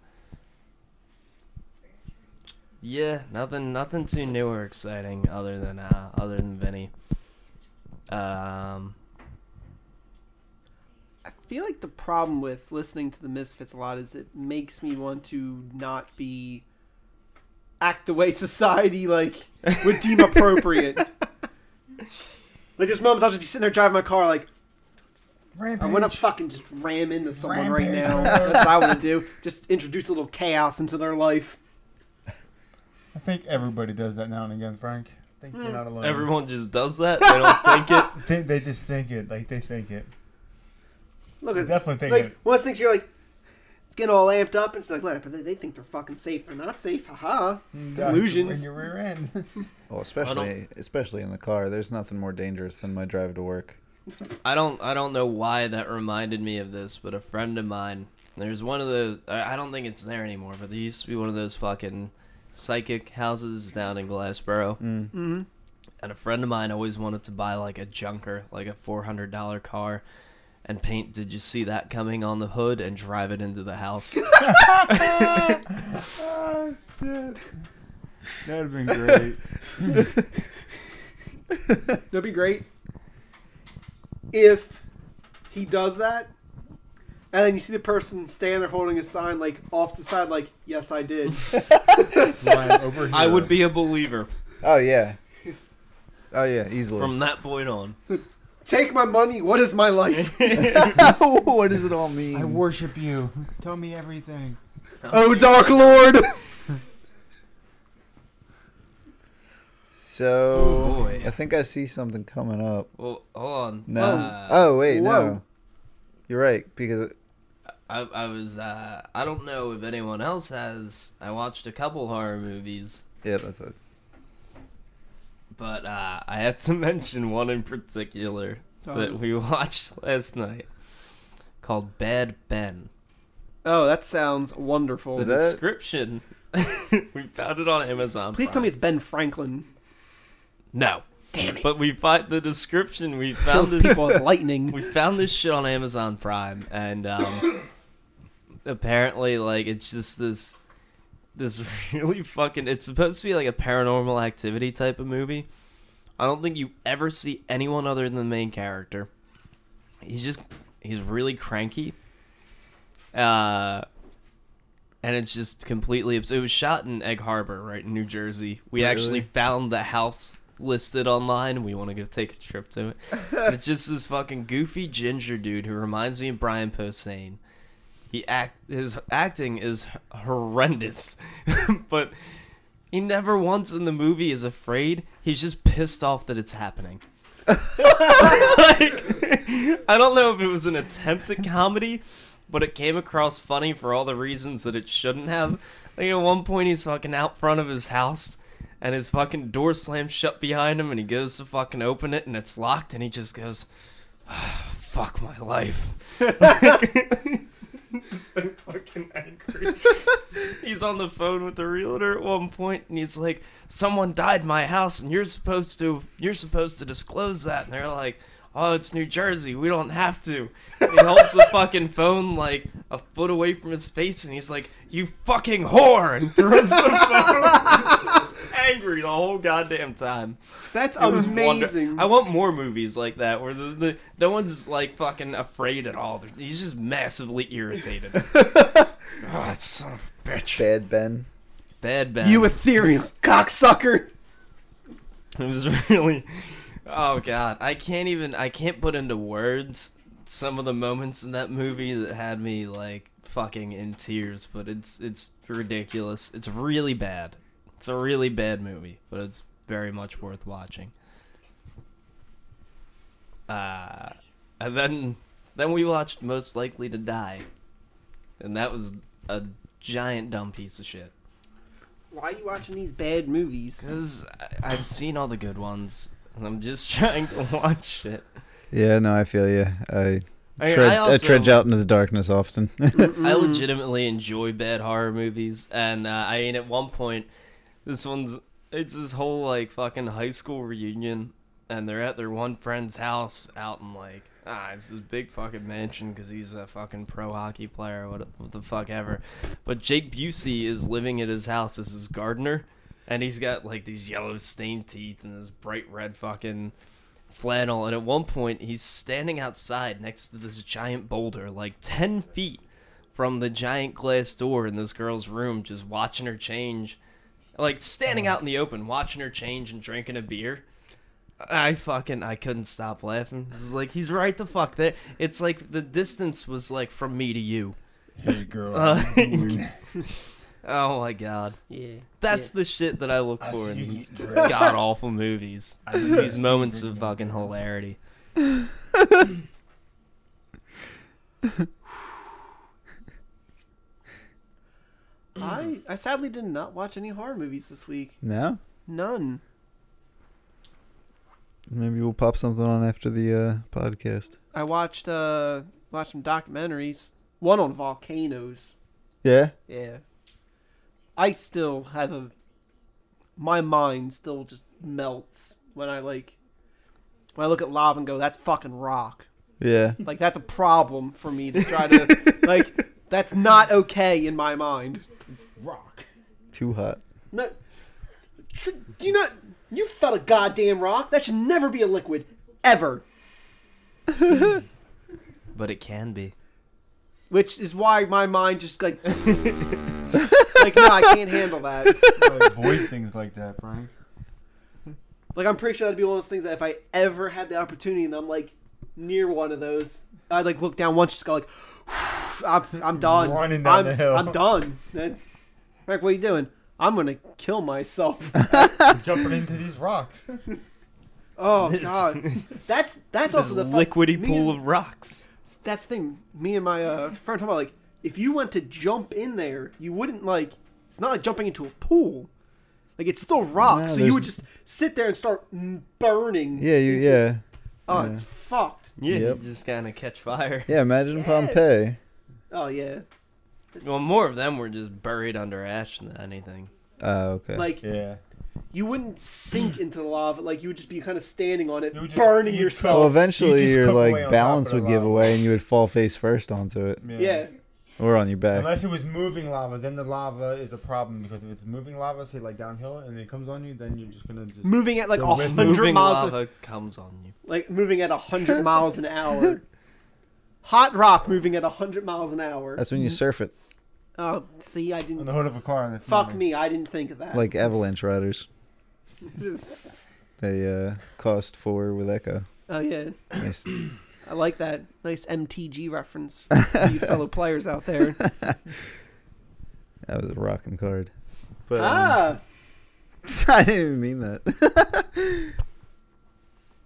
Speaker 3: Yeah, nothing, nothing too new or exciting other than uh, other than Vinny. Um,
Speaker 5: I feel like the problem with listening to the Misfits a lot is it makes me want to not be act the way [LAUGHS] society like would deem [LAUGHS] appropriate. like there's moments I'll just be sitting there driving my car like
Speaker 7: Rampage.
Speaker 5: I'm gonna fucking just ram into someone right
Speaker 7: Rampage.
Speaker 5: now. That's what I want to do. Just introduce a little chaos into their life.
Speaker 7: I think everybody does that now and again, Frank. I think you're not alone.
Speaker 3: Hmm. everyone just does that. They don't think it.
Speaker 7: They, they just think it. Like they think it.
Speaker 5: Look
Speaker 7: They
Speaker 5: at that.
Speaker 7: definitely think
Speaker 5: Like
Speaker 7: it.
Speaker 5: once things you're like it's getting all amped up and it's like, but they- they think they're fucking safe. They're not safe. Haha.
Speaker 7: When
Speaker 5: Illusions.
Speaker 7: your rear end.
Speaker 4: Well, especially especially in the car. There's nothing more dangerous than my drive to work.
Speaker 3: I don't I don't know why that reminded me of this, but a friend of mine, there's one of the I I don't think it's there anymore, but there used to be one of those fucking psychic houses down in Glassboro. Mm. And a friend of mine always wanted to buy like a junker, like a four hundred dollar car, and paint. Did you see that coming on the hood and drive it into the house? [LAUGHS]
Speaker 7: oh shit. That'd have been great.
Speaker 5: That'd be great. If he does that, And then you see the person standing there holding a sign, like off the side, like "Yes, I [LAUGHS] did."
Speaker 7: Ryan, over here.
Speaker 3: I would be a believer
Speaker 4: Oh [LAUGHS] yeah. Oh yeah, easily.
Speaker 3: from that point on.
Speaker 5: Take my money. What is my life?
Speaker 4: [LAUGHS] what does it all mean?
Speaker 7: I worship you. Tell me everything.
Speaker 5: oh, Dark Lord.
Speaker 4: so
Speaker 3: Oh, boy.
Speaker 4: I think I see something coming up.
Speaker 3: Well, hold on.
Speaker 4: No.
Speaker 3: Uh,
Speaker 4: oh wait,
Speaker 5: whoa.
Speaker 4: no. You're right because
Speaker 3: I, I was. Uh, I don't know if anyone else has. I watched a couple horror movies,
Speaker 4: yeah, that's it.
Speaker 3: but uh, I have to [LAUGHS] mention one in particular that we [LAUGHS] watched last night called Bad Ben.
Speaker 5: [LAUGHS] Oh, that sounds wonderful.
Speaker 3: The
Speaker 4: Is that-
Speaker 3: description. [LAUGHS] we found it on Amazon.
Speaker 5: Please tell
Speaker 3: Prime.
Speaker 5: me it's Ben Franklin.
Speaker 3: No. Damn it. But we find the description. We found
Speaker 5: Kills
Speaker 3: this.
Speaker 5: people
Speaker 3: [LAUGHS]
Speaker 5: with lightning.
Speaker 3: we found this shit on Amazon Prime, and um, [COUGHS] apparently, like, it's just this, this [LAUGHS] really fucking. It's supposed to be like a paranormal activity type of movie. I don't think you ever see anyone other than the main character. He's just, he's really cranky. Uh, and it's just completely. Abs- it was shot in Egg Harbor, right in New Jersey. We actually found the house listed online. and We want to go take a trip to it. But it's just this fucking goofy ginger dude who reminds me of Brian Posehn. He act his acting is horrendous, [LAUGHS] but he never once in the movie is afraid. He's just pissed off that it's happening. [LAUGHS] like, I don't know if it was an attempt at comedy, but it came across funny for all the reasons that it shouldn't have. Like at one point, he's fucking out front of his house, and his fucking door slams shut behind him, and he goes to fucking open it, and it's locked, and he just goes, "Ah, "Fuck my life." so fucking angry. he's on the phone with the realtor at one point, and he's like, "Someone died in my house, and you're supposed to you're supposed to disclose that." And they're like, "Oh, it's New Jersey. We don't have to." And he holds the fucking phone like a foot away from his face, and he's like, "You fucking whore!" and throws the phone. [LAUGHS] angry the whole goddamn time.
Speaker 5: That's
Speaker 3: It was wonder-
Speaker 5: amazing.
Speaker 3: I want more movies like that where the, the no one's like fucking afraid at all. They're- He's just massively irritated. oh, that son of a bitch.
Speaker 4: Bad Ben.
Speaker 3: Bad bad.
Speaker 5: you ethereal cocksucker.
Speaker 3: [LAUGHS] It was really. Oh god, I can't even. I can't put into words some of the moments in that movie that had me like fucking in tears. But it's it's ridiculous. It's really bad. It's a really bad movie, but it's very much worth watching. Uh, and then then we watched Most Likely to Die, and that was a giant dumb piece of shit.
Speaker 5: Why are you watching these bad movies?
Speaker 3: Because I've seen all the good ones, and I'm just [LAUGHS] trying to watch it.
Speaker 4: Yeah, no, I feel you. I
Speaker 3: I,
Speaker 4: tread,
Speaker 3: I,
Speaker 4: I,
Speaker 3: also,
Speaker 4: trudge out into the darkness often. [LAUGHS]
Speaker 3: I legitimately enjoy bad horror movies, and uh, I mean, at one point, this one's it's this whole like fucking high school reunion, and they're at their one friend's house out in like ah, it's this big fucking mansion because he's a fucking pro hockey player, what, what the fuck ever. But Jake Busey is living at his house as his gardener, and he's got like these yellow stained teeth and this bright red fucking flannel and at one point he's standing outside next to this giant boulder like 10 feet from the giant glass door in this girl's room just watching her change like standing out in the open watching her change and drinking a beer i fucking i couldn't stop laughing it was like he's right the fuck there it's like the distance was like from me to you
Speaker 7: Hey, girl.
Speaker 3: Uh,
Speaker 7: Ooh,
Speaker 3: oh my god
Speaker 5: Yeah,
Speaker 3: that's the shit that i look
Speaker 7: I
Speaker 3: for
Speaker 7: see
Speaker 3: in
Speaker 7: you
Speaker 3: these
Speaker 7: get dressed.
Speaker 3: god awful movies
Speaker 7: I see
Speaker 3: these
Speaker 7: you
Speaker 3: moments
Speaker 7: drinking
Speaker 3: of
Speaker 7: that
Speaker 3: fucking
Speaker 7: girl.
Speaker 3: hilarity
Speaker 5: I I sadly did not watch any horror movies this week.
Speaker 4: no,
Speaker 5: None.
Speaker 4: maybe we'll pop something on after the uh, podcast.
Speaker 5: I watched uh watched some documentaries. One on volcanoes.
Speaker 4: Yeah,
Speaker 5: Yeah. I still have a my mind still just melts when I like when I look at lava and go, that's fucking rock.
Speaker 7: [LAUGHS]
Speaker 4: yeah.
Speaker 5: Like that's a problem for me to try to like that's not okay in my mind.
Speaker 7: Rock.
Speaker 4: Too hot.
Speaker 5: No should you not you felt a goddamn rock. That should never be a liquid. Ever.
Speaker 3: but it can be
Speaker 5: which is why my mind just like like no, I can't handle that.
Speaker 7: I avoid things like that, Frank.
Speaker 5: Like I'm pretty sure that'd be one of those things that if I ever had the opportunity and I'm like near one of those, I'd like look down once, just go like, [SIGHS] I'm, I'm done.
Speaker 7: Running down
Speaker 5: I'm,
Speaker 7: the hill.
Speaker 5: I'm done. That's, Frank, what are you doing? I'm gonna kill myself.
Speaker 7: Jumping into these rocks.
Speaker 5: Oh
Speaker 3: This-
Speaker 5: god, that's that's
Speaker 3: This
Speaker 5: also the fu-
Speaker 3: liquidy
Speaker 5: me
Speaker 3: pool
Speaker 5: and-
Speaker 3: of rocks.
Speaker 5: that's the thing. Me and my uh, friend talking about like if you went to jump in there, you wouldn't like. It's not like jumping into a pool. Like it's still
Speaker 4: No,
Speaker 5: rocks, so you
Speaker 4: there's-
Speaker 5: would just sit there and start mm, burning.
Speaker 4: Yeah, you,
Speaker 5: into-
Speaker 4: yeah,
Speaker 5: Oh, it's fucked.
Speaker 3: Yeah,
Speaker 4: Yep.
Speaker 3: you just kind of catch fire.
Speaker 4: yeah. Imagine Pompeii.
Speaker 5: Oh yeah. It's-
Speaker 3: Well, more of them were just buried under ash than anything.
Speaker 4: Oh, okay.
Speaker 5: like
Speaker 7: Yeah.
Speaker 5: you wouldn't sink into the lava. Like you would just be kind of standing on it,
Speaker 7: You would just-
Speaker 5: burning
Speaker 7: you'd
Speaker 5: yourself.
Speaker 4: well,
Speaker 7: you
Speaker 4: eventually
Speaker 7: just
Speaker 4: your
Speaker 7: come
Speaker 4: like
Speaker 7: away on
Speaker 4: balance
Speaker 7: top of
Speaker 4: would
Speaker 7: the
Speaker 4: give
Speaker 7: lava.
Speaker 4: away, and you would fall face first onto it,
Speaker 5: Yeah.
Speaker 4: or on your back.
Speaker 7: Unless it was moving lava, then the lava is a problem because if it's moving lava, say like downhill, and it comes on you, then you're just gonna just.
Speaker 5: Moving at like
Speaker 7: The
Speaker 5: a
Speaker 7: wind-
Speaker 5: hundred
Speaker 3: Moving
Speaker 5: miles,
Speaker 3: lava comes on you.
Speaker 5: like moving at a hundred miles an hour. Hot rock moving at a hundred miles an hour.
Speaker 4: That's
Speaker 7: Mm-hmm.
Speaker 4: when you surf it,
Speaker 5: Oh, see, I
Speaker 7: on
Speaker 5: didn't.
Speaker 7: the hood of a car and it's
Speaker 5: Fuck
Speaker 7: moving.
Speaker 5: me, I didn't think of that.
Speaker 4: like
Speaker 7: [LAUGHS]
Speaker 4: avalanche riders.
Speaker 5: This-
Speaker 4: They uh, cost four with Echo.
Speaker 5: oh yeah,
Speaker 4: Nice.
Speaker 5: I like that. Nice MTG
Speaker 4: [LAUGHS]
Speaker 5: reference, for you fellow players out there.
Speaker 4: Um, That was a rocking card. But um,
Speaker 5: ah,
Speaker 4: [LAUGHS] I didn't even mean that. [LAUGHS]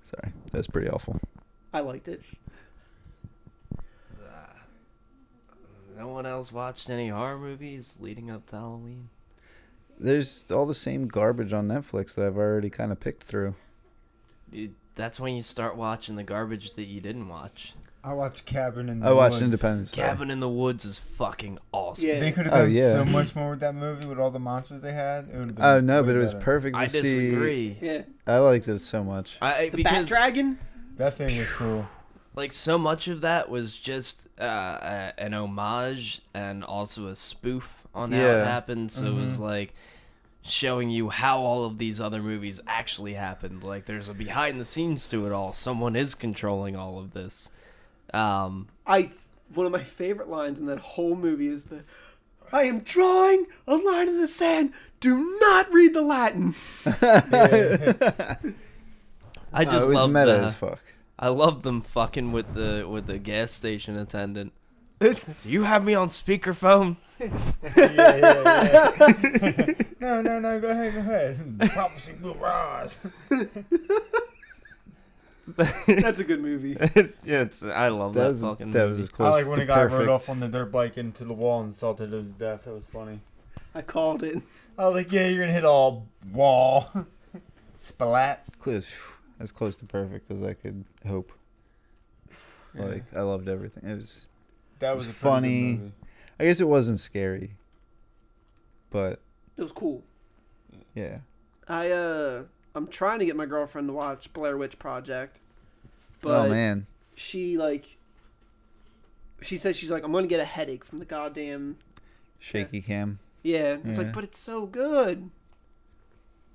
Speaker 4: Sorry, that's pretty awful.
Speaker 5: I liked it.
Speaker 3: No one else watched any horror movies leading up to Halloween.
Speaker 4: There's all the same garbage on Netflix that I've already kind of picked through.
Speaker 3: Dude, that's when you start watching the garbage that you didn't watch.
Speaker 7: I watched Cabin in the
Speaker 4: I watched
Speaker 7: Woods.
Speaker 4: Independence Day.
Speaker 3: Cabin in the Woods is fucking awesome.
Speaker 5: Yeah.
Speaker 7: They could have
Speaker 4: Oh,
Speaker 7: done
Speaker 4: yeah.
Speaker 7: so much more with that movie with all the monsters they had. It would've been
Speaker 4: Oh no,
Speaker 7: way
Speaker 4: but it was
Speaker 7: better.
Speaker 4: perfect to
Speaker 3: I
Speaker 4: see.
Speaker 3: disagree.
Speaker 5: Yeah,
Speaker 4: I liked it so much.
Speaker 3: I
Speaker 5: the
Speaker 3: because
Speaker 5: Bat Dragon.
Speaker 7: That thing was cool.
Speaker 3: like so much of that was just uh, a, an homage and also a spoof on how
Speaker 4: Yeah.
Speaker 3: it happened. So it was like showing you how all of these other movies actually happened. Like there's a behind the scenes to it all. Someone is controlling all of this. Um,
Speaker 5: I one of my favorite lines in that whole movie is the. I am drawing a line in the sand. Do not read the Latin. [LAUGHS]
Speaker 3: I
Speaker 4: Oh,
Speaker 3: just
Speaker 4: it was
Speaker 3: love
Speaker 4: meta
Speaker 3: the,
Speaker 4: as fuck.
Speaker 3: I love them fucking with the with the gas station attendant. [LAUGHS] Do you have me on speakerphone? [LAUGHS]
Speaker 7: yeah, yeah, yeah. no, no, no. Go ahead, go ahead.
Speaker 4: [LAUGHS]
Speaker 7: Prophecy will rise.
Speaker 5: That's a good movie.
Speaker 3: it's I love that,
Speaker 4: That was
Speaker 3: fucking.
Speaker 4: that
Speaker 3: movie.
Speaker 4: was as
Speaker 7: I
Speaker 4: close.
Speaker 7: like when
Speaker 4: to
Speaker 7: a guy
Speaker 4: perfect.
Speaker 7: rode off on the dirt bike into the wall and fell to his death. That was funny.
Speaker 5: I called it.
Speaker 7: I was like, yeah, you're gonna hit all wall. [LAUGHS] Splat.
Speaker 4: close, as close to perfect as I could hope. Like I loved everything. It was.
Speaker 7: That
Speaker 4: was
Speaker 7: was, a pretty good
Speaker 4: funny.
Speaker 7: movie.
Speaker 4: I guess it wasn't scary, but
Speaker 5: It was cool.
Speaker 4: yeah.
Speaker 5: I uh, I'm trying to get my girlfriend to watch Blair Witch Project, but
Speaker 4: oh man,
Speaker 5: she like, she says she's like, I'm gonna get a headache from the goddamn
Speaker 4: shaky cam.
Speaker 5: yeah. It's
Speaker 4: Yeah.
Speaker 5: like, but it's so good.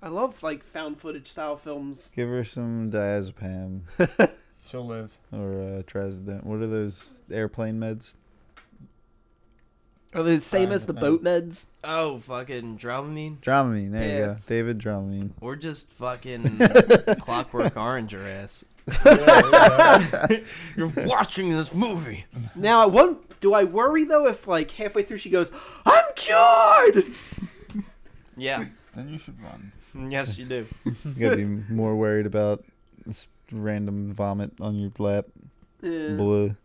Speaker 5: I love like found footage style films.
Speaker 4: Give her some diazepam
Speaker 7: She'll live.
Speaker 4: or uh, trazodone. What are those airplane meds?
Speaker 5: Are they the same as the boat meds?
Speaker 3: oh fucking Dramamine
Speaker 4: Dramamine. There you
Speaker 5: Yeah.
Speaker 4: go, David Dramamine.
Speaker 3: or just fucking Clockwork Orange your ass. [LAUGHS] You're watching this movie.
Speaker 5: Now I won't. Do I worry though if like halfway through she goes, I'm cured?
Speaker 3: Yeah.
Speaker 7: Then you should run.
Speaker 3: Yes, you do.
Speaker 4: You gotta be more worried about this random vomit on your lap.
Speaker 5: Yeah.
Speaker 4: Blue.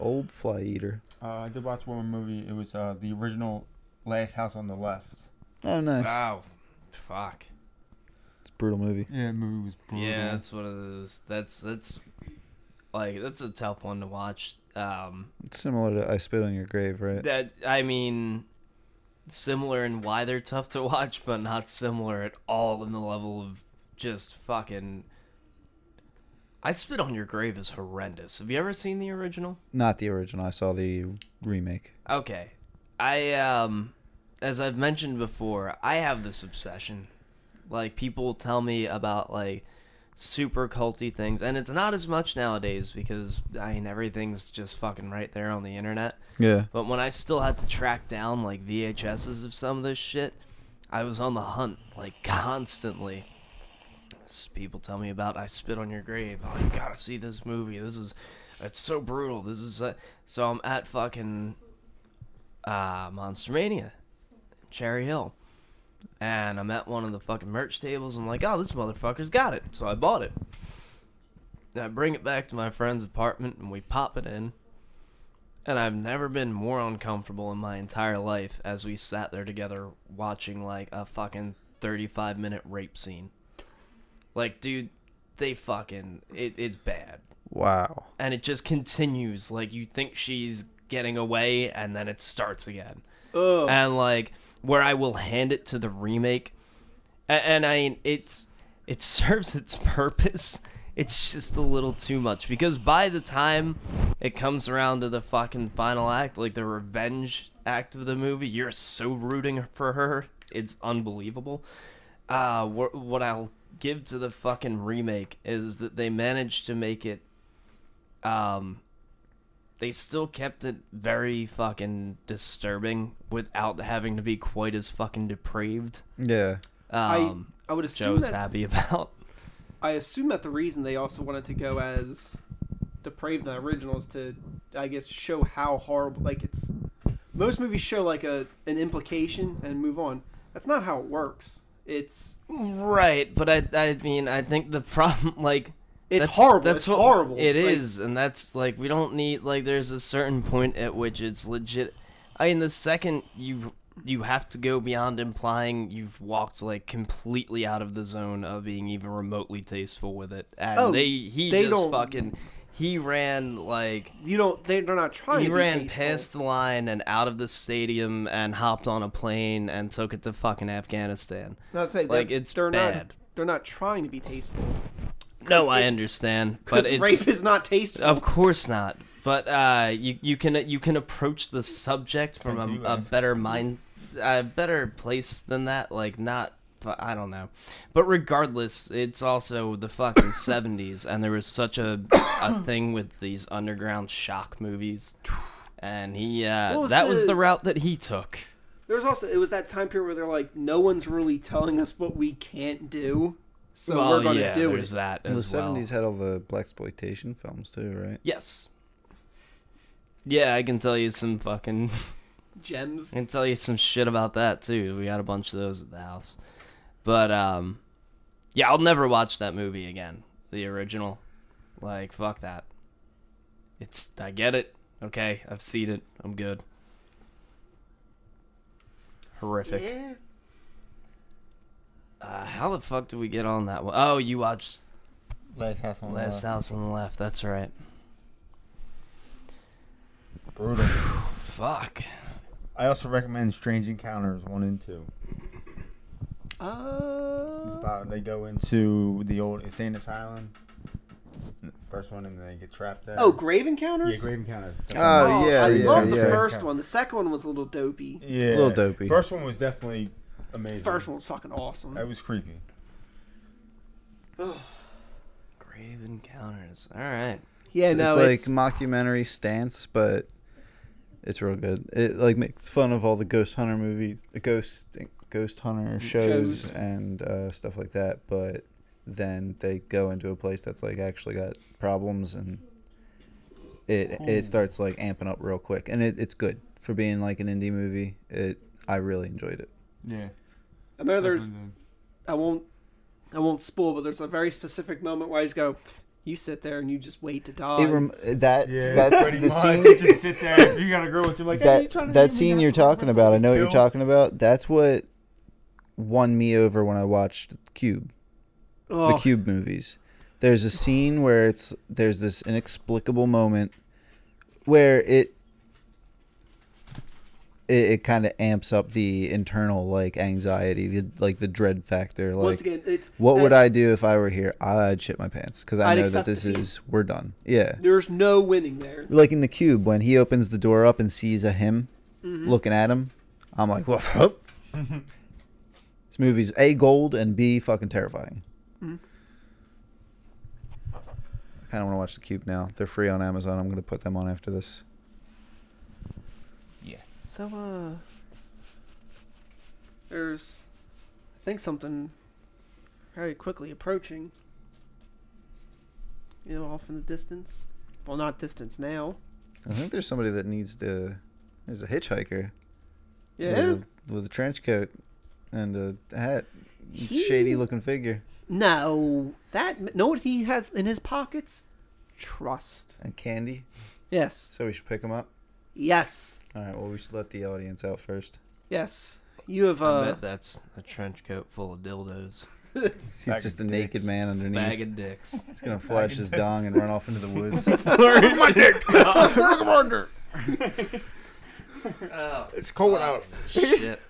Speaker 4: Old fly eater.
Speaker 7: Uh, I did watch one more movie. It was uh, the original Last House on the Left.
Speaker 4: Oh, nice.
Speaker 3: Wow. Fuck.
Speaker 4: It's a brutal movie.
Speaker 7: Yeah, movie was
Speaker 6: Mm-hmm.
Speaker 3: Yeah, that's one of those. That's that's like that's a tough one to watch. Um,
Speaker 4: It's similar to I Spit on Your Grave, right?
Speaker 3: that I mean, similar in why they're tough to watch, but not similar at all in the level of just fucking. I spit on your grave is horrendous. Have you ever seen the original?
Speaker 4: Not the original. I saw the remake.
Speaker 3: Okay. I um as I've mentioned before, I have this obsession. Like people tell me about like super culty things, and it's not as much nowadays because I mean everything's just fucking right there on the internet.
Speaker 4: Yeah.
Speaker 3: But when I still had to track down like VHSs of some of this shit, I was on the hunt like constantly. S- People tell me about I spit on your grave. Oh, you gotta see this movie. This is, it's so brutal. This is uh, so I'm at fucking, uh, Monster Mania, Cherry Hill, and I'm at one of the fucking merch tables. I'm like, oh, this motherfucker's got it. So I bought it. And I bring it back to my friend's apartment and we pop it in. And I've never been more uncomfortable in my entire life as we sat there together watching like a fucking 35 minute rape scene. Like, dude, they fucking. It, it's bad.
Speaker 4: Wow.
Speaker 3: And it just continues. Like, you think she's getting away and then it starts again.
Speaker 5: Ugh.
Speaker 3: And like, where I will hand it to the remake. A- And, I mean, it's. It serves its purpose. It's just a little too much because by the time it comes around to the fucking final act, like the revenge act of the movie, you're so rooting for her. It's unbelievable uh, wh- what I'll give to the fucking remake is that they managed to make it. Um, they still kept it very fucking disturbing without having to be quite as fucking depraved.
Speaker 4: Yeah.
Speaker 3: Um,
Speaker 5: I I would
Speaker 3: Joe
Speaker 5: assume
Speaker 3: was
Speaker 5: that
Speaker 3: happy about.
Speaker 5: I assume that the reason they also wanted to go as depraved in the original is to, I guess, show how horrible. Like it's most movies show like a an implication and move on. That's not how it works. It's
Speaker 3: Right, but I, I mean, I think the problem, [LAUGHS] like,
Speaker 5: it's horrible. it's
Speaker 3: what
Speaker 5: horrible.
Speaker 3: It
Speaker 5: Like,
Speaker 3: is, and that's like we don't need like there's a certain point at which it's legit. I mean, the second you you have to go beyond implying you've walked like completely out of the zone of being even remotely tasteful with it, and
Speaker 5: Oh,
Speaker 3: they he
Speaker 5: they
Speaker 3: just
Speaker 5: don't-
Speaker 3: fucking he ran like
Speaker 5: you don't. They, they're not trying.
Speaker 3: he
Speaker 5: to be
Speaker 3: ran
Speaker 5: tasteful.
Speaker 3: past the line and out of the stadium and hopped on a plane and took it to fucking Afghanistan.
Speaker 5: Not saying
Speaker 3: like,
Speaker 5: they're-
Speaker 3: it's
Speaker 5: they're
Speaker 3: bad.
Speaker 5: Not, they're not trying to be tasteful.
Speaker 3: No,
Speaker 5: 'Cause
Speaker 3: I
Speaker 5: it-
Speaker 3: understand, but
Speaker 5: But
Speaker 3: it's Oh.
Speaker 5: rape is not tasteful.
Speaker 3: Of course not. But uh, you you can you can approach the subject from
Speaker 7: Thank you,
Speaker 3: a, a
Speaker 7: Ask.
Speaker 3: better mind, a better place than that. Like not, but I don't know. But regardless, it's also the
Speaker 5: [COUGHS]
Speaker 3: fucking seventies, and there was such a a thing with these underground shock movies, and he uh,
Speaker 5: What was
Speaker 3: that was
Speaker 5: the-
Speaker 3: the route that he took.
Speaker 5: There was also it was that time period where they're like, no one's really telling us what we can't do, so
Speaker 3: well,
Speaker 5: we're gonna
Speaker 3: yeah,
Speaker 5: do it.
Speaker 3: there's that
Speaker 4: Well, the
Speaker 3: as well.
Speaker 4: seventies had all the black exploitation films too, right?
Speaker 3: Yes. Yeah, I can tell you some fucking.
Speaker 5: Gems.
Speaker 3: I can tell you some shit about that too. We got a bunch of those at the house. But um yeah, I'll never watch that movie again. The original. Like fuck that. It's I get it. Okay, I've seen it. I'm good. Horrific.
Speaker 5: Yeah.
Speaker 3: Uh, how the fuck did we get on that one? Oh, you watched
Speaker 7: Last house
Speaker 5: Uh,
Speaker 7: on
Speaker 3: Last
Speaker 7: the
Speaker 3: House on the Left. That's right.
Speaker 7: left. Brutal.
Speaker 3: Fuck.
Speaker 7: I also recommend Strange Encounters one and two. It's
Speaker 5: Uh,
Speaker 7: about they go into the old insane asylum. First one, and they get trapped there.
Speaker 5: oh, Grave
Speaker 7: yeah,
Speaker 5: Encounters.
Speaker 7: Grave Encounters.
Speaker 4: Oh, yeah,
Speaker 5: I
Speaker 4: yeah,
Speaker 5: love the
Speaker 4: yeah.
Speaker 5: first one. The second one was Ah, a little dopey.
Speaker 7: yeah,
Speaker 4: Little dopey.
Speaker 7: First one was definitely amazing.
Speaker 5: First one was fucking awesome.
Speaker 7: that was creepy.
Speaker 3: Grave Encounters. All right.
Speaker 5: yeah,
Speaker 4: So
Speaker 5: no,
Speaker 4: it's
Speaker 5: it's,
Speaker 4: like mockumentary stance, but it's real good. It like makes fun of all the ghost hunter movies, ghost ghost hunter shows,
Speaker 5: Shows.
Speaker 4: and uh, stuff like that. But then they go into a place that's like actually got problems, and it it starts like amping up real quick, and it, it's good for being like an indie movie. It I really enjoyed it.
Speaker 7: Yeah.
Speaker 5: I remember there's. I won't. I won't spoil, but there's a very specific moment where I just go. You sit there and you just wait to die.
Speaker 4: It rem- that
Speaker 7: Yeah,
Speaker 4: that's
Speaker 7: pretty
Speaker 4: the
Speaker 7: much.
Speaker 4: scene.
Speaker 7: Just sit there. If you got a girl with you, like hey, you trying
Speaker 4: that
Speaker 7: to
Speaker 4: that
Speaker 7: see me
Speaker 4: scene
Speaker 7: now?
Speaker 4: you're talking about, I know what you're
Speaker 7: Bill?
Speaker 4: talking about. That's what won me over when I watched Cube,
Speaker 5: oh,
Speaker 4: the Cube movies. There's a scene where it's there's this inexplicable moment where it it, it kind of amps up the internal like anxiety, the, like the dread factor. Like,
Speaker 5: once again, it's
Speaker 4: what would
Speaker 5: I?
Speaker 4: I do if I were here? I'd shit my pants because I
Speaker 5: I'd
Speaker 4: know that
Speaker 5: accept
Speaker 4: this
Speaker 5: defeat.
Speaker 4: is we're done. Yeah
Speaker 5: There's no winning there.
Speaker 4: like in the cube when he opens the door up and sees a him looking at him i'm like well huh?" this movie's a gold and b fucking terrifying kind of want to watch The Cube now. They're free on Amazon. I'm going to put them on after this.
Speaker 7: Yeah.
Speaker 5: So uh, there's, I think something very quickly approaching. You know, off in the distance. Well, not distance now.
Speaker 4: I think there's somebody that needs to. There's a hitchhiker
Speaker 5: Yeah.
Speaker 4: with, a, with a trench coat and a hat. Shady looking figure
Speaker 5: No, that no. What he has in his pockets? Trust.
Speaker 4: and candy.
Speaker 5: Yes.
Speaker 4: So we should pick him up.
Speaker 5: Yes.
Speaker 4: All right. Well, we should let the audience out first.
Speaker 5: Yes. You have
Speaker 3: I
Speaker 5: uh.
Speaker 3: bet that's a trench coat full of dildos,
Speaker 4: He's
Speaker 7: Bag
Speaker 4: just a
Speaker 7: of
Speaker 4: naked
Speaker 7: dicks.
Speaker 4: man underneath.
Speaker 3: bag of
Speaker 5: [LAUGHS]
Speaker 3: dicks.
Speaker 4: He's gonna flash his dong and run off into the woods.
Speaker 6: It's cold out.
Speaker 3: Shit.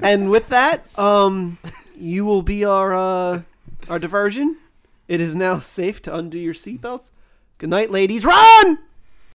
Speaker 5: and with that, um, you will be our uh, our diversion. It is now safe to undo your seatbelts. Good night, ladies. Run!